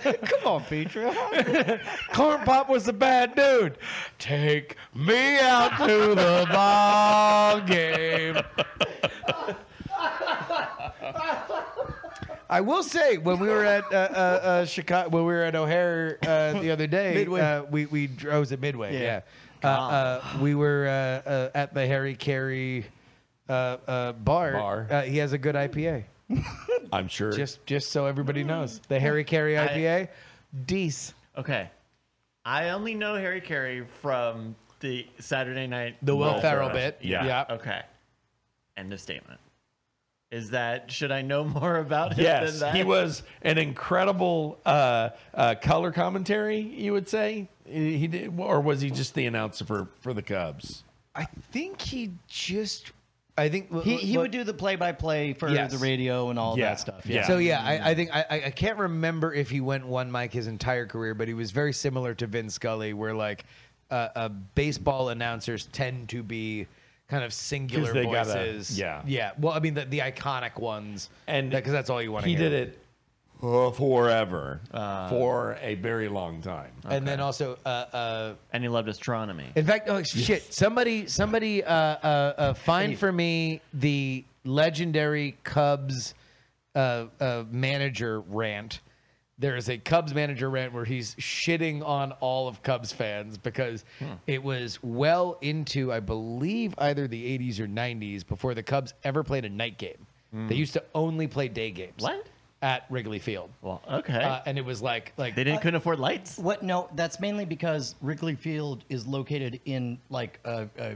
Speaker 5: Come on, Petra.
Speaker 1: Corn Pop was a bad dude. Take me out to the ball game.
Speaker 3: I will say when we were at uh, uh, uh, Chicago, when we were at O'Hare uh, the other day,
Speaker 9: Midway.
Speaker 3: Uh, we we dr- I was at Midway. Yeah, Uh, uh, we were uh, uh, at the Harry Carey uh, uh, bar.
Speaker 2: Bar.
Speaker 3: Uh, he has a good IPA.
Speaker 2: I'm sure.
Speaker 3: Just just so everybody knows, the Harry Carey IPA, Dees.
Speaker 9: okay. I only know Harry Carey from the Saturday night.
Speaker 3: The Will
Speaker 9: Bowl.
Speaker 3: Ferrell bit.
Speaker 2: Yeah.
Speaker 9: Okay. End of statement. Is that should I know more about him
Speaker 2: Yes,
Speaker 9: than that?
Speaker 2: he was an incredible uh, uh, color commentary. You would say he he did, or was he just the announcer for for the Cubs?
Speaker 3: I think he just. I think
Speaker 5: He, he would do the play by play for
Speaker 3: Yes.
Speaker 5: the radio and all
Speaker 2: Yeah.
Speaker 5: that stuff.
Speaker 2: Yeah.
Speaker 3: So yeah, I, I think I, I- I can't remember if he went one mic his entire career, but he was very similar to Vin Scully, where like uh, uh, baseball announcers tend to be kind of singular
Speaker 2: 'Cause they gotta-
Speaker 3: voices.
Speaker 2: yeah.
Speaker 3: yeah. Well, I mean the, the iconic ones,
Speaker 2: And
Speaker 3: because that's all you want. to
Speaker 2: He
Speaker 3: hear.
Speaker 2: did it uh, forever, for a very long time.
Speaker 3: And then also, uh, uh,
Speaker 9: and he loved astronomy.
Speaker 3: in fact, oh shit! Somebody, somebody, uh, uh, uh, find for me the legendary Cubs uh, uh, manager rant. There is a Cubs manager rant where he's shitting on all of Cubs fans because
Speaker 9: Hmm.
Speaker 3: it was well into, I believe, either the 80s or 90s before the Cubs ever played a night game. They used to only play day games.
Speaker 9: Hmm. What?
Speaker 3: At Wrigley Field.
Speaker 9: Well, okay.
Speaker 3: Uh, and it was like, like
Speaker 9: they didn't couldn't afford lights.
Speaker 5: What? No, that's mainly because Wrigley Field is located in like uh, uh,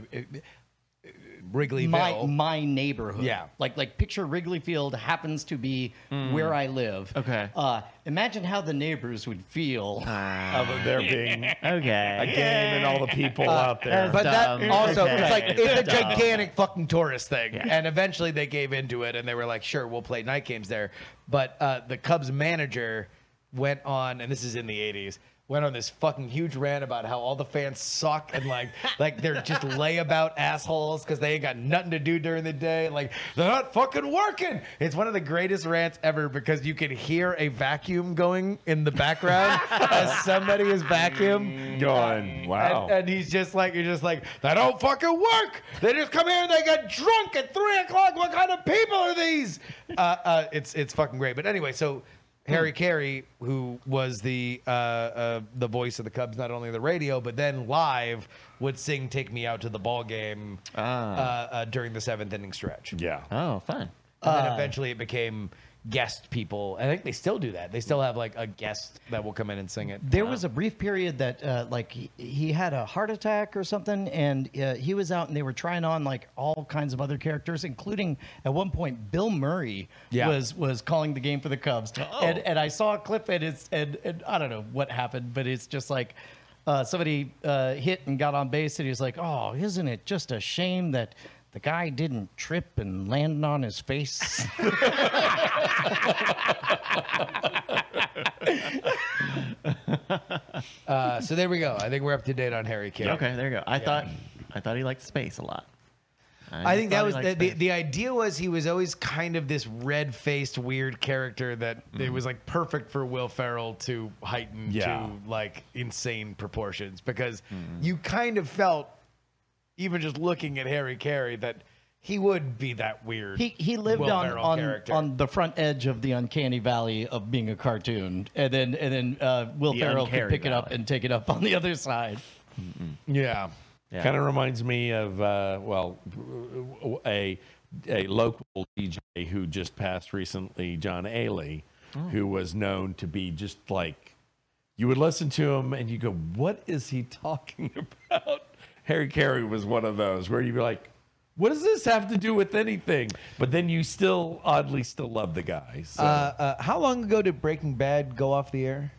Speaker 3: Wrigleyville.
Speaker 5: my my neighborhood.
Speaker 3: Yeah.
Speaker 5: Like like picture Wrigley Field happens to be where I live.
Speaker 9: Okay.
Speaker 5: Uh, imagine how the neighbors would feel.
Speaker 2: Of there being a
Speaker 9: Okay.
Speaker 2: game and all the people out there.
Speaker 3: But that
Speaker 9: Dumb.
Speaker 3: also,
Speaker 9: Okay.
Speaker 3: it's like it's a
Speaker 9: Dumb.
Speaker 3: gigantic fucking tourist thing. And eventually, they gave into it, and they were like, "Sure, we'll play night games there." But uh, the Cubs manager went on, and this is in the '80s, went on this fucking huge rant about how all the fans suck and like like they're just layabout assholes because they ain't got nothing to do during the day. Like they're not fucking working. It's one of the greatest rants ever because you can hear a vacuum going in the background as somebody is vacuum.
Speaker 2: Gone. Wow.
Speaker 3: And, and he's just like, you're just like, they don't fucking work. They just come here and they get drunk at three o'clock. What kind of people are these? Uh, uh, it's it's fucking great. But anyway, so Harry
Speaker 2: Hmm.
Speaker 3: Carey, who was the uh, uh, the voice of the Cubs, not only on the radio but then live, would sing "Take Me Out to the Ball Game" uh, uh, during the seventh inning stretch.
Speaker 2: Ah. yeah.
Speaker 9: Oh, fun.
Speaker 3: And then eventually it became guest people. I think they still do that. They still have like a guest that will come in and sing it.
Speaker 5: There was a brief period that, uh, like, he, he had a heart attack or something, and uh, he was out, and they were trying on like all kinds of other characters, including at one point Bill Murray
Speaker 3: Yeah.
Speaker 5: was was calling the game for the Cubs, and and I saw a clip, and it's and, and I don't know what happened, but it's just like. Uh, somebody uh, hit and got on base, and he's like, "Oh, isn't it just a shame that the guy didn't trip and land on his face?"
Speaker 3: Uh, so there we go. I think we're up to date on Harry Carey.
Speaker 9: Okay, there you go. I thought I thought he liked space a lot.
Speaker 3: I think
Speaker 9: thought
Speaker 3: that
Speaker 9: he
Speaker 3: was
Speaker 9: liked
Speaker 3: the, the,
Speaker 9: space.
Speaker 3: the idea was he was always kind of this red faced weird character that it was like perfect for Will Ferrell to heighten
Speaker 2: Yeah.
Speaker 3: to like insane proportions because you kind of felt even just looking at Harry Carey that he would be that weird.
Speaker 5: He he lived
Speaker 3: Will
Speaker 5: on
Speaker 3: Ferrell
Speaker 5: on,
Speaker 3: character.
Speaker 5: on the front edge of the uncanny valley of being a cartoon, and then and then uh, Will
Speaker 9: The
Speaker 5: Ferrell could
Speaker 9: uncanny
Speaker 5: pick it up
Speaker 9: valley.
Speaker 5: and take it up on the other side.
Speaker 3: yeah.
Speaker 9: Yeah.
Speaker 2: Kind of reminds me of uh, well, w- w- a a local DJ who just passed recently, John Ailey, who was known to be just like you would listen to him and you go, "What is he talking about?" Harry Carey was one of those where you'd be like, "What does this have to do with anything?" But then you still oddly still love the guy. So.
Speaker 3: Uh, how long ago did Breaking Bad go off the air?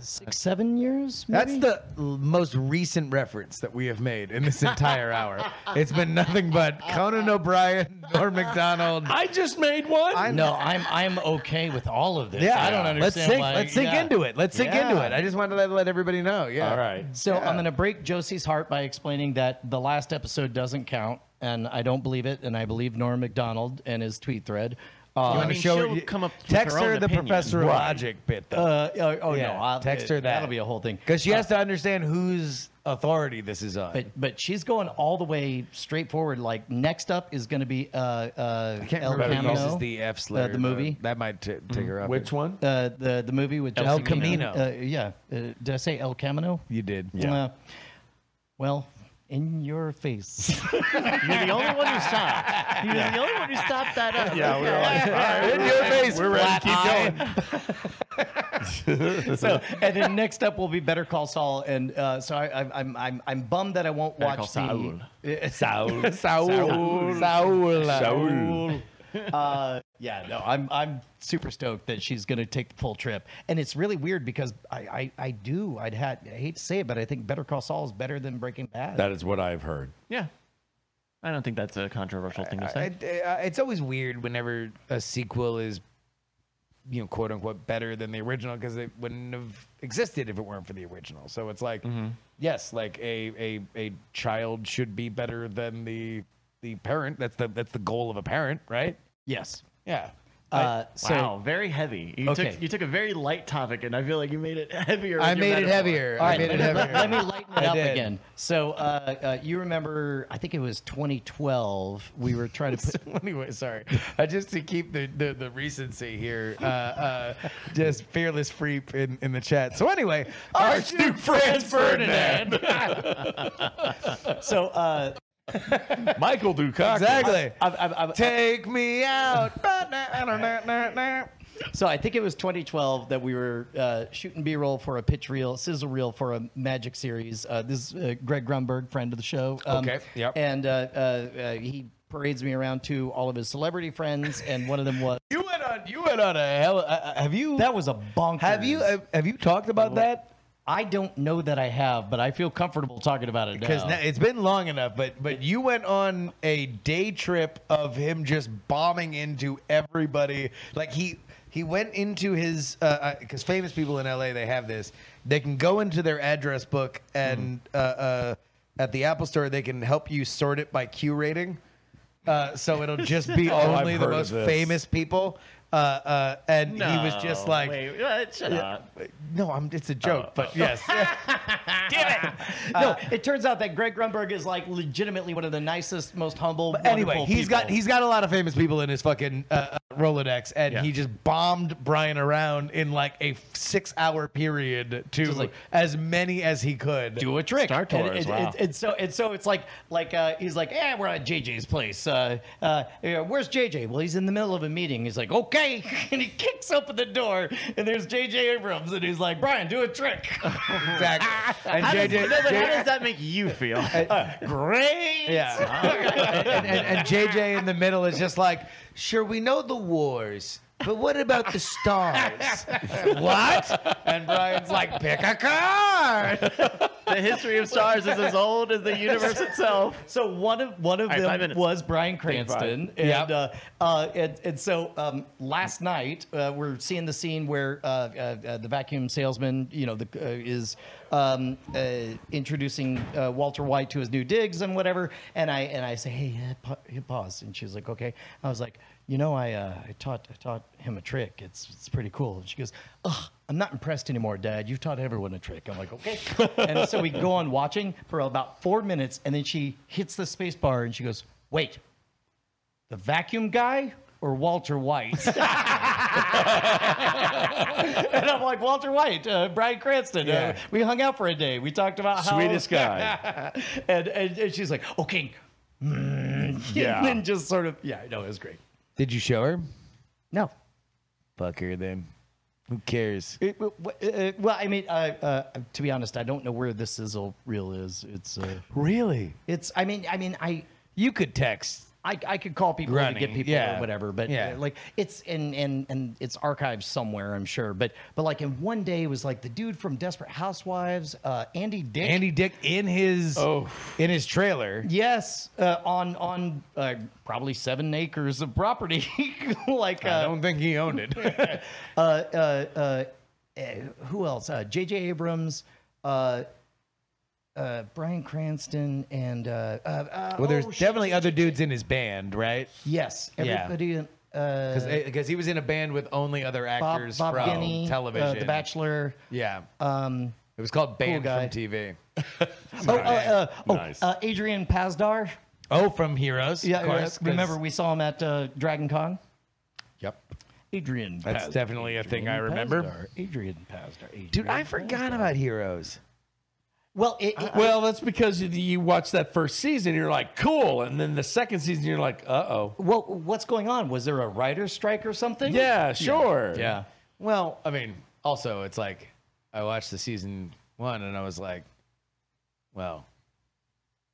Speaker 5: Six seven years.
Speaker 3: That's
Speaker 5: maybe?
Speaker 3: the l- most recent reference that we have made in this entire hour. It's been nothing but Conan O'Brien, Norm McDonald,
Speaker 2: I just made one.
Speaker 5: no. I'm I'm okay with all of this.
Speaker 3: Yeah,
Speaker 5: I don't understand.
Speaker 3: Let's sink,
Speaker 5: why-
Speaker 3: let's sink
Speaker 5: yeah.
Speaker 3: into it. Let's sink into
Speaker 5: Yeah.
Speaker 3: it. I just wanted to let, let everybody know. Yeah.
Speaker 2: All right.
Speaker 5: So I'm going to break Josie's heart by explaining that the last episode doesn't count. and I don't believe it, and I believe Norm Macdonald and his tweet thread.
Speaker 9: I
Speaker 5: Uh,
Speaker 9: mean, she'll come up with
Speaker 3: Text
Speaker 9: her
Speaker 3: her
Speaker 9: own
Speaker 3: the
Speaker 9: opinion.
Speaker 3: professor of
Speaker 5: Right.
Speaker 3: logic bit though.
Speaker 5: uh, oh, oh
Speaker 3: Yeah,
Speaker 5: no! I'll,
Speaker 3: text her that.
Speaker 5: That'll be a whole thing.
Speaker 3: because she has to understand whose authority this is on.
Speaker 5: But but she's going all the way straightforward. Like next up is going to be uh, uh,
Speaker 3: I can't
Speaker 5: El
Speaker 3: remember
Speaker 5: Camino,
Speaker 3: if this is the F slur.
Speaker 5: uh, the movie,
Speaker 3: but That might t- take her up.
Speaker 2: Which one?
Speaker 5: uh, the the movie with
Speaker 3: El
Speaker 5: Jessica Biel.
Speaker 3: Camino.
Speaker 5: Uh, yeah, uh, did I say El Camino?
Speaker 3: You did.
Speaker 5: Uh, well, in your face.
Speaker 9: You're the only one who stopped. You're the only one who stopped that up.
Speaker 2: Yeah, we were like, all right, in your face, we're ready to keep going.
Speaker 5: so and then next up will be Better Call Saul, and uh, so I, I, I'm I'm I'm bummed that I won't
Speaker 9: Better
Speaker 5: watch
Speaker 9: Call
Speaker 5: the.
Speaker 2: Saul.
Speaker 3: Saul. Saul.
Speaker 2: Saul.
Speaker 5: Uh, yeah, no, I'm I'm super stoked that she's going to take the full trip, and it's really weird because I I, I do I'd had I hate to say it, but I think Better Call Saul is better than Breaking Bad.
Speaker 2: That is what I've heard.
Speaker 9: Yeah. I don't think that's a controversial thing to say.
Speaker 3: I- I- it's always weird whenever a sequel is, you know, quote unquote, better than the original because it wouldn't have existed if it weren't for the original. So it's like, yes, like a, a a child should be better than the the parent. That's the that's the goal of a parent, right?
Speaker 5: yes.
Speaker 3: Yeah.
Speaker 5: Uh, so
Speaker 9: wow, very heavy. You
Speaker 5: Okay.
Speaker 9: took you took a very light topic, and I feel like you made it heavier.
Speaker 3: I
Speaker 9: with your
Speaker 3: made it
Speaker 9: metaphor.
Speaker 3: heavier.
Speaker 5: All
Speaker 3: I
Speaker 5: right,
Speaker 3: made
Speaker 5: let,
Speaker 3: it
Speaker 5: me, let, let
Speaker 3: heavier.
Speaker 5: me lighten it
Speaker 3: I
Speaker 5: up
Speaker 3: did.
Speaker 5: again. So uh, uh, you remember, I think it was 2012. We were trying to put
Speaker 3: anyway, sorry. Uh, just to keep the, the, the recency here, uh, uh, just fearless freep in, in the chat. So anyway, Archduke Franz Ferdinand.
Speaker 5: so uh,
Speaker 2: Michael Dukakis.
Speaker 3: Exactly.
Speaker 5: I've, I've, I've,
Speaker 3: Take me out. Ba-na-na-na-na-na.
Speaker 5: So I think it was 2012 that we were uh, shooting B-roll for a pitch reel, sizzle reel for a magic series. Uh, this is uh, Greg Grumberg, friend of the show.
Speaker 3: Okay, yep.
Speaker 5: And uh, uh, uh, he parades me around to all of his celebrity friends, and one of them was
Speaker 3: you went on. You went on a hell. uh, Uh, have you?
Speaker 5: that was a bonkers.
Speaker 3: have you? Uh, have you talked about that?
Speaker 5: I don't know that I have, but I feel comfortable talking about it
Speaker 3: Because
Speaker 5: now.
Speaker 3: it's been long enough, but but you went on a day trip of him just bombing into everybody. Like he he went into his because famous people in L.A. they have this. They can go into their address book and
Speaker 2: Hmm.
Speaker 3: uh, uh, at the Apple Store they can help you sort it by Q rating. Uh, so it'll just be
Speaker 2: Oh, I've
Speaker 3: only the
Speaker 2: heard of
Speaker 3: most
Speaker 2: this.
Speaker 3: famous people. Uh, uh, and he was just
Speaker 9: No,
Speaker 3: like,
Speaker 9: wait, what? shut up.
Speaker 3: no, I'm. It's a
Speaker 2: Uh,
Speaker 3: joke, but yes, uh,
Speaker 5: no, it turns out that Greg Grumberg is like legitimately one of the nicest, most humble.
Speaker 3: anyway,
Speaker 5: wonderful
Speaker 3: he's got
Speaker 5: people.
Speaker 3: he's got a lot of famous people in his fucking uh, uh, Rolodex, and
Speaker 9: Yeah.
Speaker 3: he just bombed Brian around in like a six hour period to
Speaker 5: Just like-
Speaker 3: as many as he could.
Speaker 5: do a trick.
Speaker 2: Star
Speaker 5: and,
Speaker 2: Tours,
Speaker 5: and-
Speaker 2: wow.
Speaker 5: and- and so and so it's like like uh, he's like, yeah, we're at JJ's place. Uh, uh, yeah, where's JJ? Well, he's in the middle of a meeting. He's like, okay, and he kicks open the door, and there's JJ Abrams, and he's like, Brian, do a trick.
Speaker 3: exactly. and
Speaker 9: How does,
Speaker 3: JJ,
Speaker 9: no, but how does that make you feel?
Speaker 5: Great.
Speaker 3: yeah, and, and, and JJ in the middle is just like, sure, we know the wars. But what about the stars? what? And Brian's like, pick a card.
Speaker 9: the history of stars is as old as the universe itself.
Speaker 5: So one of one of
Speaker 9: right, five
Speaker 5: them
Speaker 9: minutes.
Speaker 5: was Brian Cranston, and
Speaker 3: Yep.
Speaker 5: uh, uh, and, and so um, last night uh, we're seeing the scene where uh, uh, uh, the vacuum salesman, you know, the, uh, is um, uh, introducing uh, Walter White to his new digs and whatever, and I and I say, hey, uh, pa- hey, pause, and she's like, okay. I was like, you know, I uh, I taught I taught him a trick. It's it's pretty cool. And she goes, ugh. I'm not impressed anymore, Dad. You've taught everyone a trick. I'm like, okay. and so we go on watching for about four minutes, and then she hits the space bar and she goes, wait, the vacuum guy or Walter White? and I'm like, Walter White, uh, Brian Cranston. Uh, we hung out for a day. We talked about how.
Speaker 2: Sweetest guy.
Speaker 5: and, and, and she's like, okay. Mm,
Speaker 2: Yeah.
Speaker 5: And then just sort of, yeah, no, it was great.
Speaker 3: Did you show her?
Speaker 5: No.
Speaker 3: Fuck her then. Who cares?
Speaker 5: It, w- w- uh, well, I mean, uh, uh, to be honest, I don't know where this sizzle reel is. It's, uh,
Speaker 3: Really?
Speaker 5: it's. I mean, I mean, I,
Speaker 3: You could text.
Speaker 5: I, I could call people
Speaker 3: Running,
Speaker 5: to get people
Speaker 3: yeah.
Speaker 5: or whatever, but
Speaker 3: Yeah.
Speaker 5: uh, like it's in and and it's archived somewhere, I'm sure. But but like in one day it was like the dude from Desperate Housewives, uh, Andy Dick.
Speaker 3: Andy Dick Oh. in his in his trailer.
Speaker 5: Yes, uh, on on uh, probably seven acres of property, like
Speaker 3: I
Speaker 5: uh,
Speaker 3: don't think he owned it.
Speaker 5: uh, uh, uh, eh, who else? Uh, J.J. Abrams, uh, uh, Brian Cranston and uh, uh, uh,
Speaker 3: Well, there's
Speaker 5: oh, shit,
Speaker 3: definitely
Speaker 5: shit,
Speaker 3: other
Speaker 5: shit,
Speaker 3: dudes in his band, right?
Speaker 5: Yes,
Speaker 3: Yeah.
Speaker 5: everybody. in Uh,
Speaker 3: Because he was in a band with only other
Speaker 5: Bob,
Speaker 3: actors
Speaker 5: Bob
Speaker 3: from
Speaker 5: Guinea, uh,
Speaker 3: television.
Speaker 5: The Bachelor.
Speaker 3: Yeah.
Speaker 5: Um,
Speaker 3: it was called Band
Speaker 5: guy.
Speaker 3: from TV.
Speaker 5: oh, uh, uh, oh,
Speaker 2: Nice.
Speaker 5: uh, Adrian Pasdar.
Speaker 3: Oh, from Heroes.
Speaker 5: Yeah,
Speaker 3: of course, 'cause-
Speaker 5: remember we saw him at uh, Dragon Con.
Speaker 3: Yep.
Speaker 5: Adrian.
Speaker 3: That's
Speaker 5: Pasdar.
Speaker 3: definitely a thing I remember.
Speaker 5: Pasdar, Adrian Pasdar. Adrian.
Speaker 3: Dude, I forgot about Heroes.
Speaker 5: Well, it, it-
Speaker 2: Well, that's because you- you watch that first season, you're like, cool. And then the second season, you're like, uh oh.
Speaker 5: well, what's going on? Was there a writer's strike or something?
Speaker 2: Yeah, sure.
Speaker 3: Yeah. Well, I mean, also it's like I watched the season one and I was like, well,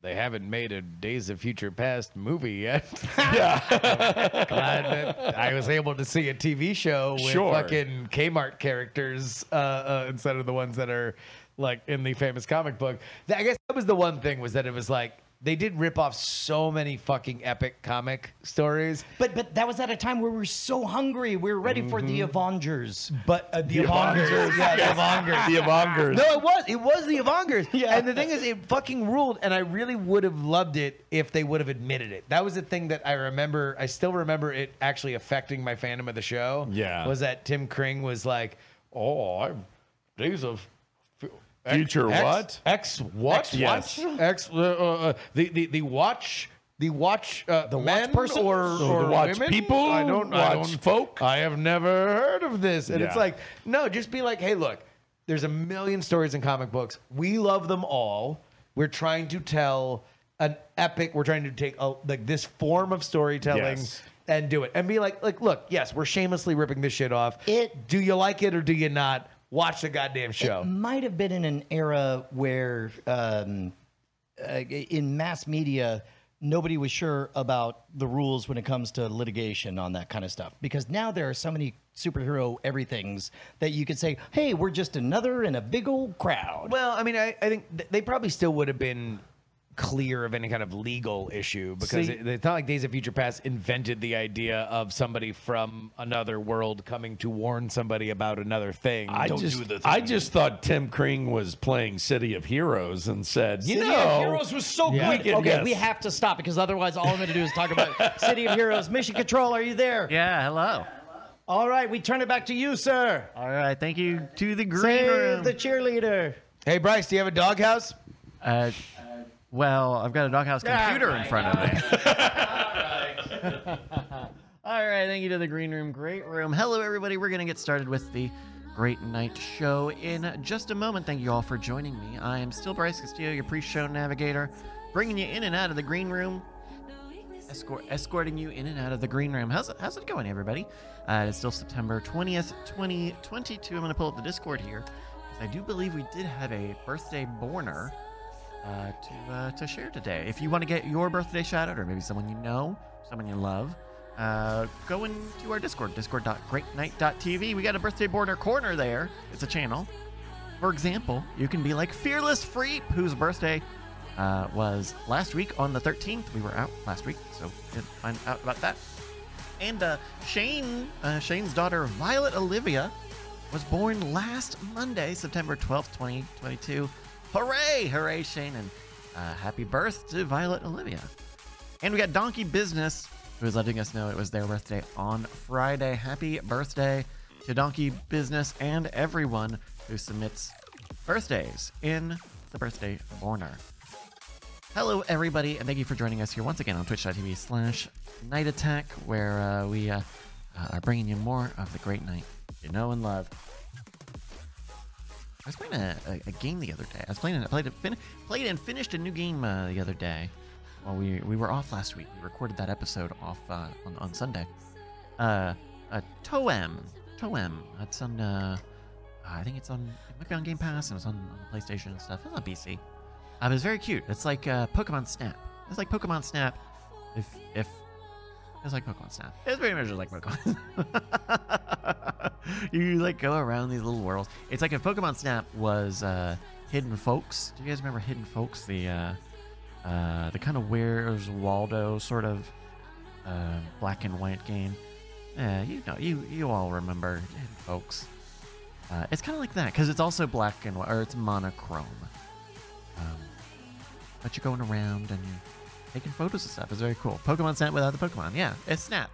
Speaker 3: they haven't made a Days of Future Past movie yet. yeah. Glad that I was able to see a TV show with
Speaker 2: Sure.
Speaker 3: fucking Kmart characters uh, uh, instead of the ones that are like in the famous comic book. That- I guess that was the one thing was that it was like they did rip off so many fucking epic comic stories.
Speaker 5: But but that was at a time where we were so hungry. We were ready for the
Speaker 3: Mm-hmm.
Speaker 5: Avengers.
Speaker 3: But uh, the,
Speaker 2: Avengers,
Speaker 3: Avengers, yeah, the Avengers.
Speaker 2: The Avengers.
Speaker 3: No, it was. It was the Avengers. And the thing is, it fucking ruled. And I really would have loved it if they would have admitted it. That was the thing that I remember. I still remember it actually affecting my fandom of the show.
Speaker 2: Yeah.
Speaker 3: Was that Tim Kring was like, oh, I'm, these of.
Speaker 2: Future what?
Speaker 3: X what?
Speaker 2: X yes.
Speaker 3: Watch? X uh, uh, uh, the, the the watch the watch uh, the
Speaker 5: watch person?
Speaker 3: or,
Speaker 2: So
Speaker 3: or
Speaker 2: the watch
Speaker 3: women?
Speaker 2: people?
Speaker 3: I don't I
Speaker 2: Watch
Speaker 3: don't-
Speaker 2: folk?
Speaker 3: I have never heard of this. And it's
Speaker 2: Yeah.
Speaker 3: like, no, just be like, hey, look, there's a million stories in comic books. We love them all. We're trying to tell an epic. We're trying to take a, like this form of storytelling
Speaker 2: Yes.
Speaker 3: and do it. And be like, like, look, yes, we're shamelessly ripping this shit off.
Speaker 5: It-
Speaker 3: do you like it or do you not? Watch the goddamn show.
Speaker 5: It might have been in an era where, um, uh, in mass media, nobody was sure about the rules when it comes to litigation on that kind of stuff. Because now there are so many superhero everythings that you could say, "Hey, we're just another in a big old crowd."
Speaker 3: Well, I mean, I, I think th- they probably still would have been clear of any kind of legal issue because
Speaker 5: See-
Speaker 3: it, it's not like Days of Future Past invented the idea of somebody from another world coming to warn somebody about another thing.
Speaker 2: I just, I just thought Tim Kring was playing City of Heroes and said, you
Speaker 5: City
Speaker 2: know,
Speaker 5: of Heroes was so
Speaker 2: Yeah.
Speaker 5: good.
Speaker 2: We could-
Speaker 5: okay,
Speaker 2: yes.
Speaker 5: we have to stop because otherwise, all I'm going to do is talk about City of Heroes. Mission Control, are you there?
Speaker 9: Yeah, hello.
Speaker 5: All right, we turn it back to you, sir.
Speaker 9: All right, thank you to the green room.
Speaker 5: Save the cheerleader.
Speaker 3: hey, Bryce, do you have a doghouse?
Speaker 9: uh, well, I've got a doghouse computer in front of me. All right, thank you to the Green Room, Great Room. Hello, everybody. We're going to get started with the Great Night Show in just a moment. Thank you all for joining me. I am still Bryce Castillo, your pre show navigator, bringing you in and out of the Green Room. Escort, escorting you in and out of the green room. How's it, how's it going, everybody? Uh, it's still September 20th, 2022. I'm going to pull up the Discord here. 'cause I do believe we did have a birthday borner uh, to uh, to share today. If you want to get your birthday shout out, or maybe someone you know, someone you love, uh, go into our Discord, discord.greatnight.tv. We got a birthday border corner there. It's a channel. For example, you can be like Fearless Freep, whose birthday uh, was last week on the 13th. We were out last week, so you can find out about that. And uh, Shane, uh, Shane's daughter Violet Olivia, was born last Monday, September 12th, 2022. Hooray! Hooray, Shane, and uh, happy birth to Violet Olivia. And we got Donkey Business, who is letting us know it was their birthday on Friday. Happy birthday to Donkey Business and everyone who submits birthdays in the birthday corner. Hello, everybody, and thank you for joining us here once again on twitch.tv slash night attack, where uh, we uh, uh, are bringing you more of the great night you know and love. I was playing a, a, a game the other day. I was playing and played, a, fin- played and finished a new game uh, the other day. Well, we, we were off last week. We recorded that episode off uh, on, on Sunday. Uh, uh, Toem. Toem. It's on, uh, I think it's on, it might be on Game Pass and it's on, on the PlayStation and stuff. It's on PC. Uh, but it's very cute. It's like uh, Pokemon Snap. It's like Pokemon Snap. If, if, it's like Pokemon Snap. It's pretty much just like Pokemon. you like go around these little worlds. It's like if Pokemon Snap was uh, Hidden Folks. Do you guys remember Hidden Folks? The uh, uh, the kind of where's Waldo sort of uh, black and white game. Yeah, you know, you you all remember Hidden Folks. Uh, it's kind of like that because it's also black and white, or it's monochrome. Um, but you're going around and you're taking photos and stuff. It's very cool. Pokemon Snap without the Pokemon. Yeah, it's Snap.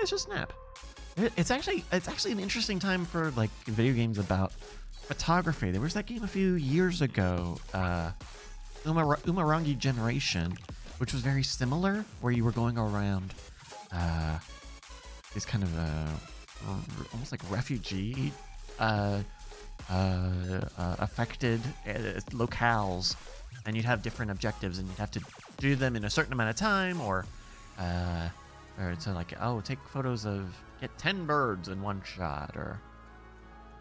Speaker 9: It's just Snap. It- It's actually it's actually an interesting time for like video games about photography. There was that game a few years ago, uh, Umar- Umarangi Generation, which was very similar, where you were going around uh, these kind of uh, r- almost like refugee uh, uh, uh, affected uh, locales, and you'd have different objectives, and you'd have to do them in a certain amount of time, or uh, or to like oh, take photos of get ten birds in one shot, or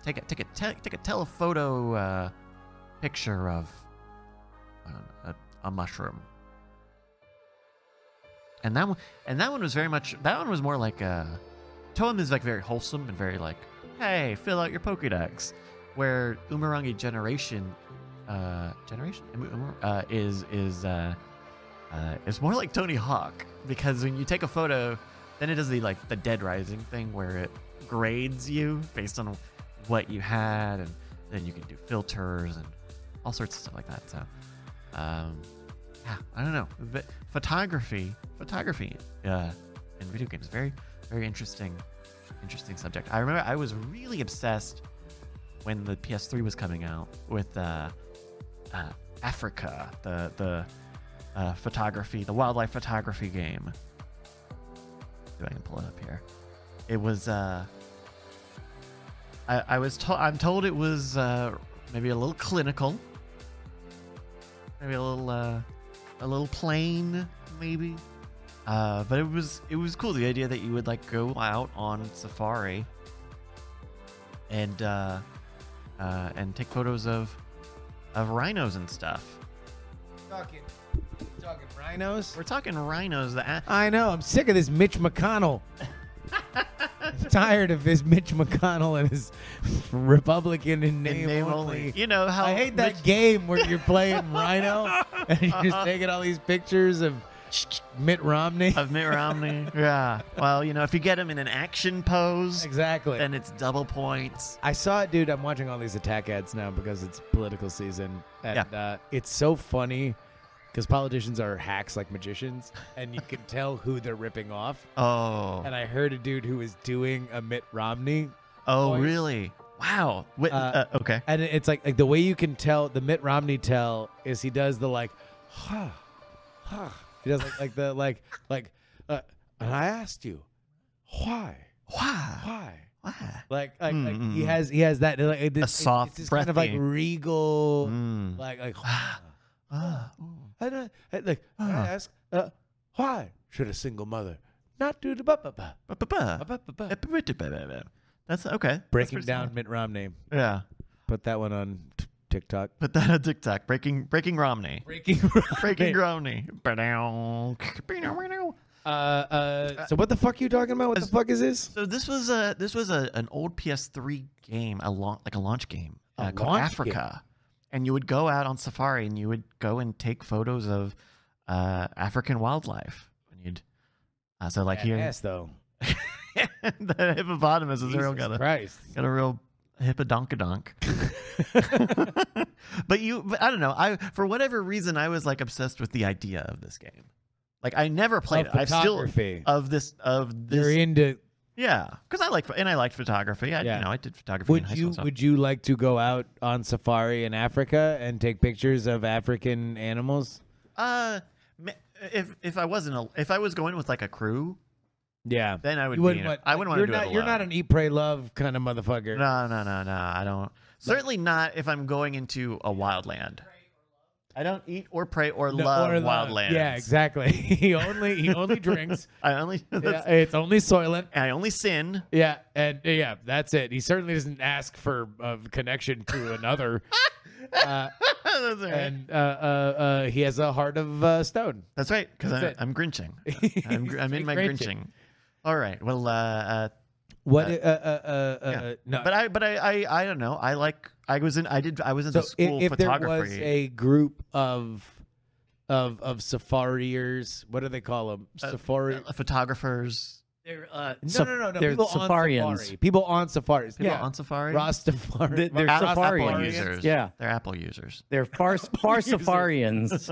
Speaker 9: take a take a te- take a telephoto uh, picture of uh, a, a mushroom. And that one, and that one was very much. That one was more like a. Toem is like very wholesome and very like, hey, fill out your Pokédex. Where Umarangi Generation, uh, Generation Um, um, uh, is is uh, uh, is more like Tony Hawk because when you take a photo, then it does the like the Dead Rising thing where it grades you based on what you had, and then you can do filters and all sorts of stuff like that. So, um, yeah, I don't know. V- photography, photography, uh, and video games. Very, very interesting, interesting subject. I remember I was really obsessed when the PS3 was coming out with uh, uh, Africa, the the uh, photography, the wildlife photography game. If I can pull it up here, it was. Uh, I, I was told. I'm told it was uh, maybe a little clinical, maybe a little uh, a little plain, maybe. Uh, but it was it was cool the idea that you would like go out on safari and uh, uh, and take photos of of rhinos and stuff.
Speaker 3: Talking, talking rhinos.
Speaker 9: We're talking rhinos. That
Speaker 3: I know. I'm sick of this Mitch McConnell. I'm tired of this Mitch McConnell and his Republican in name, only.
Speaker 9: You know how
Speaker 3: I hate that game where you're playing Rhino and you're just taking all these pictures of Mitt Romney.
Speaker 9: of Mitt Romney. yeah. Well, you know, if you get him in an action pose,
Speaker 3: Exactly.
Speaker 9: then it's double points.
Speaker 3: I saw it, dude. I'm watching all these attack ads now because it's political season, and uh, it's so funny because politicians are hacks like magicians, and you can tell who they're ripping off.
Speaker 9: Oh.
Speaker 3: And I heard a dude who was doing a Mitt Romney,
Speaker 9: Oh,
Speaker 3: voice.
Speaker 9: really? Wow. Wait, uh,
Speaker 3: Uh,
Speaker 9: okay.
Speaker 3: and it's like like the way you can tell the Mitt Romney tell is he does the like, huh, huh. He does like, like the like like, uh, and I asked you, why,
Speaker 9: Wow.
Speaker 3: why.
Speaker 9: Wow.
Speaker 3: Like, like, like
Speaker 9: Mm, mm,
Speaker 3: he
Speaker 9: mm.
Speaker 3: has he has that like, it- it's-
Speaker 9: soft
Speaker 3: it's this kind of like
Speaker 9: breathy.
Speaker 3: regal
Speaker 9: Mm.
Speaker 3: like like
Speaker 9: Ah.
Speaker 3: I don't, I, like I
Speaker 9: Huh.
Speaker 3: ask uh, why should a single mother not do the ba ba ba
Speaker 9: Ba-ba-ba.
Speaker 3: ba ba ba
Speaker 9: Ba-ba-ba-ba-ba. That's okay. That's
Speaker 3: breaking
Speaker 9: pretty
Speaker 3: down
Speaker 9: solid.
Speaker 3: Mitt Romney
Speaker 9: Yeah.
Speaker 3: put that one on t- TikTok
Speaker 9: Put that on TikTok. Breaking breaking Romney.
Speaker 3: breaking
Speaker 9: Breaking Romney. Ba-dow.
Speaker 3: uh, uh, so what the fuck you talking about what the fuck is this
Speaker 9: So this was a this was a, an old PS3 game, a launch like a launch game uh,
Speaker 3: A
Speaker 9: called
Speaker 3: launch
Speaker 9: Africa, and you would go out on safari and you would go and take photos of uh, African wildlife, and you'd uh, so like here
Speaker 3: yes though
Speaker 9: the hippopotamus is a real got a,
Speaker 3: Christ
Speaker 9: got a real hippodonkadonk. but you, but I don't know. I for whatever reason I was like obsessed with the idea of this game. Like I never played
Speaker 3: Of
Speaker 9: it. I still
Speaker 3: photography.
Speaker 9: of this of this
Speaker 3: you're into
Speaker 9: yeah, because I like and I liked photography. I
Speaker 3: Yeah.
Speaker 9: you know I did photography in
Speaker 3: would
Speaker 9: high
Speaker 3: you
Speaker 9: school.
Speaker 3: would you like to go out on safari in Africa and take pictures of African animals
Speaker 9: uh, ma- if if I wasn't a, if I was going with like a crew,
Speaker 3: yeah
Speaker 9: then I would.
Speaker 3: you
Speaker 9: be in
Speaker 3: wouldn't
Speaker 9: it.
Speaker 3: want,
Speaker 9: I wouldn't want
Speaker 3: you're
Speaker 9: to do
Speaker 3: not
Speaker 9: it
Speaker 3: you're
Speaker 9: alone.
Speaker 3: not an eat pray love kind of motherfucker
Speaker 9: No, no, no, no. I don't. Certainly not if I'm going into a wild land. I don't eat or pray or
Speaker 3: No,
Speaker 9: love
Speaker 3: or the-
Speaker 9: wild lands.
Speaker 3: Yeah, exactly. he only he only drinks.
Speaker 9: I only
Speaker 3: Yeah,
Speaker 9: that's-
Speaker 3: it's only soylent.
Speaker 9: I only sin.
Speaker 3: Yeah, and uh, yeah, that's it. He certainly doesn't ask for a connection to another, Uh,
Speaker 9: that's right.
Speaker 3: and uh, uh, uh, he has a heart of uh, stone.
Speaker 9: That's right. Because I'm,
Speaker 3: it.
Speaker 9: I'm grinching. I'm, gr- I'm in my grinching.
Speaker 3: Grinching.
Speaker 9: All right. Well, uh, uh,
Speaker 3: What? Uh, uh, uh, uh,
Speaker 9: yeah.
Speaker 3: no,
Speaker 9: but I but I, I I don't know. I like I was in I did I was into
Speaker 3: so
Speaker 9: school
Speaker 3: if, if there
Speaker 9: photography.
Speaker 3: was a group of
Speaker 9: Uh,
Speaker 3: of of safariers, what do they call them? Safari
Speaker 9: photographers,
Speaker 5: They're, uh,
Speaker 3: No, no, no, no.
Speaker 5: They're
Speaker 3: people on
Speaker 5: Safarians.
Speaker 3: safari. People on safaris.
Speaker 5: Yeah.
Speaker 9: on Safari.
Speaker 3: Rastafari.
Speaker 5: They- They're
Speaker 9: Apple
Speaker 5: Safarians.
Speaker 9: users.
Speaker 5: Yeah.
Speaker 9: they're Apple users.
Speaker 5: They're far, far Safarians.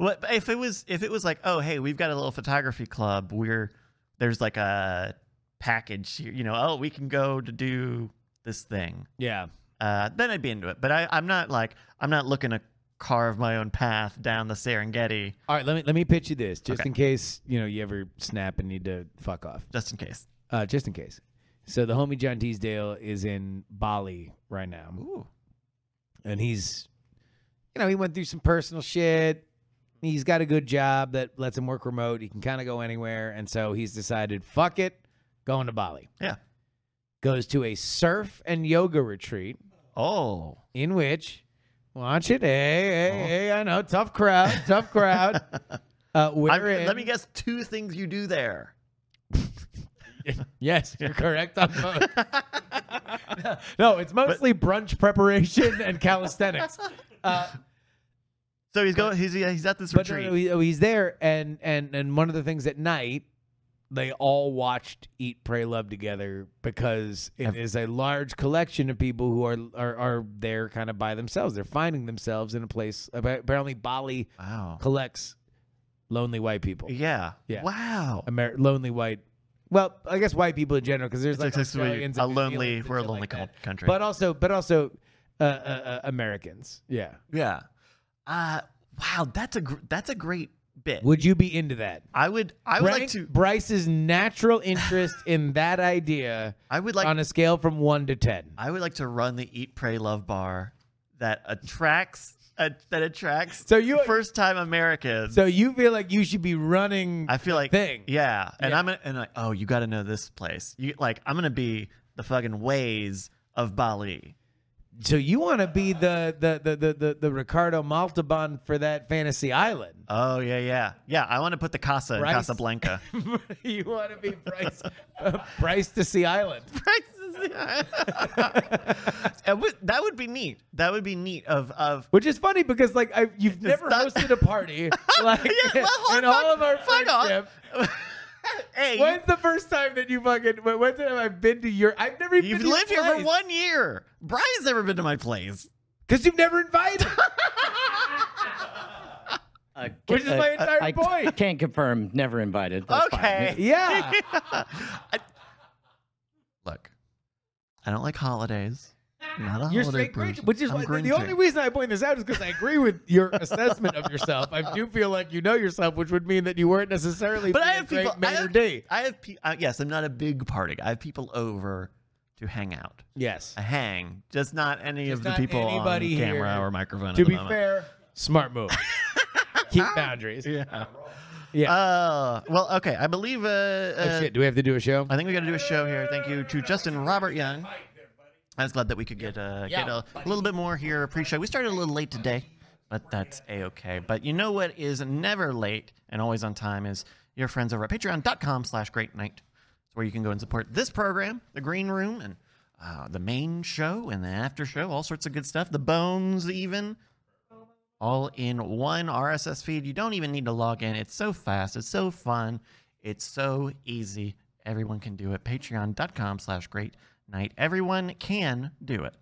Speaker 9: Well, but if it was if it was like, oh hey, we've got a little photography club. We're there's like a package here, you know. Oh, we can go to do this thing.
Speaker 3: yeah.
Speaker 9: Uh, then I'd be into it. But I, I'm not like I'm not looking to carve my own path down the Serengeti
Speaker 3: All right, let me let me pitch you this, just in case you know you ever snap and need to fuck off.
Speaker 9: just in case.
Speaker 3: Uh, just in case. So the homie John Teasdale is in Bali right now,
Speaker 9: Ooh,
Speaker 3: and he's, you know, he went through some personal shit. He's got a good job that lets him work remote. He can kind of go anywhere, and so he's decided, fuck it, going to Bali.
Speaker 9: yeah.
Speaker 3: Goes to a surf and yoga retreat.
Speaker 9: Oh,
Speaker 3: in which watch it. Hey, hey, hey! I know, tough crowd, tough crowd. Uh,
Speaker 9: I'm-
Speaker 3: wherein,
Speaker 9: let me guess two things you do there.
Speaker 3: Yes, you're correct on both. no, it's mostly brunch preparation and calisthenics. Uh,
Speaker 9: So he's going. He's he's at this
Speaker 3: but no,
Speaker 9: retreat.
Speaker 3: no, he- oh, he's there, and and and one of the things at night. They all watched Eat, Pray, Love together because it is a large collection of people who are are, are there kind of by themselves. They're finding themselves in a place. Apparently, Bali
Speaker 9: wow.
Speaker 3: collects lonely white people.
Speaker 9: Yeah.
Speaker 3: Yeah.
Speaker 9: Wow.
Speaker 3: Amer- lonely white. Well, I guess white people in general, because there's like
Speaker 9: It's actually
Speaker 3: Australians
Speaker 9: a
Speaker 3: and New
Speaker 9: lonely-
Speaker 3: Zealanders and
Speaker 9: we're a
Speaker 3: shit
Speaker 9: lonely
Speaker 3: like
Speaker 9: cul-
Speaker 3: that.
Speaker 9: country.
Speaker 3: But also, but also, uh, uh, uh, Americans. Yeah.
Speaker 9: Yeah. Uh, wow. That's a gr- that's a great bit.
Speaker 3: Would you be into that?
Speaker 9: I would I would like
Speaker 3: Rank
Speaker 9: to
Speaker 3: Bryce's natural interest in that idea
Speaker 9: I would like
Speaker 3: on a scale from one to ten.
Speaker 9: I would like to run the Eat Pray Love bar that attracts uh, that attracts
Speaker 3: So you-
Speaker 9: first time Americans.
Speaker 3: So you feel like you should be running?
Speaker 9: I feel like
Speaker 3: thing.
Speaker 9: Yeah, and
Speaker 3: Yeah.
Speaker 9: I'm gonna, and like oh you got to know this place. You like I'm gonna be the fucking ways of Bali.
Speaker 3: so you want to be the the, the the the the Ricardo Montalban for that fantasy island?
Speaker 9: Oh yeah yeah yeah. I want to put the Casa in
Speaker 3: Rice.
Speaker 9: Casablanca.
Speaker 3: you want to be Bryce, uh, Bryce to Sea Island.
Speaker 9: Prices, yeah. It would- that would be neat. That would be neat. Of of
Speaker 3: Which is funny because like I, you've never
Speaker 9: not-
Speaker 3: hosted a party like
Speaker 9: Yeah, well,
Speaker 3: in
Speaker 9: fuck-
Speaker 3: all of our
Speaker 9: fuck off.
Speaker 3: friendship.
Speaker 9: hey, you-
Speaker 3: When's the first time that you fucking? when- When's the time I've been to your? I've never even
Speaker 9: you've
Speaker 3: been to your
Speaker 9: lived here for
Speaker 3: place.
Speaker 9: one year. Brian's never been to my place.
Speaker 3: because you've never invited.
Speaker 5: Uh,
Speaker 3: Which is my entire
Speaker 5: I, I
Speaker 3: point.
Speaker 5: can't confirm. Never invited. That's fine.
Speaker 9: okay.
Speaker 3: yeah,
Speaker 9: I- look, I don't like holidays. I'm not a
Speaker 3: you're
Speaker 9: holiday
Speaker 3: straight Grinch,
Speaker 9: person.
Speaker 3: which is
Speaker 9: I'm
Speaker 3: why, the
Speaker 9: Grinchy.
Speaker 3: only reason I point this out is because I agree with your assessment of yourself. I do feel like you know yourself, which would mean that you weren't necessarily.
Speaker 9: But
Speaker 3: being a
Speaker 9: I have people.
Speaker 3: great
Speaker 9: I
Speaker 3: man or
Speaker 9: have,
Speaker 3: D.
Speaker 9: I have pe- uh, yes, I'm not a big party. guy. I have people over to hang out.
Speaker 3: Yes.
Speaker 9: I hang, just not any of the
Speaker 3: not
Speaker 9: people on
Speaker 3: anybody
Speaker 9: camera
Speaker 3: here.
Speaker 9: or microphone. at
Speaker 3: To
Speaker 9: the
Speaker 3: be
Speaker 9: moment.
Speaker 3: fair, smart move. Keep boundaries.
Speaker 9: yeah.
Speaker 3: Yeah.
Speaker 9: Uh, well, okay. I believe. Uh,
Speaker 3: Oh,
Speaker 9: uh,
Speaker 3: shit, do we have to do a show?
Speaker 9: I think we got to do a show here. Thank you to Justin Robert Young. I was glad that we could get uh, get a little bit more here pre-show. We started a little late today, but that's a okay. But you know what is never late and always on time is your friends over at Patreon.com/slash Great Night. It's where you can go and support this program, the Green Room, and uh, the main show and the after show, all sorts of good stuff. The bones even all in one RSS feed. You don't even need to log in. It's so fast. It's so fun. It's so easy. Everyone can do it. Patreon.com slash great night. Everyone can do it.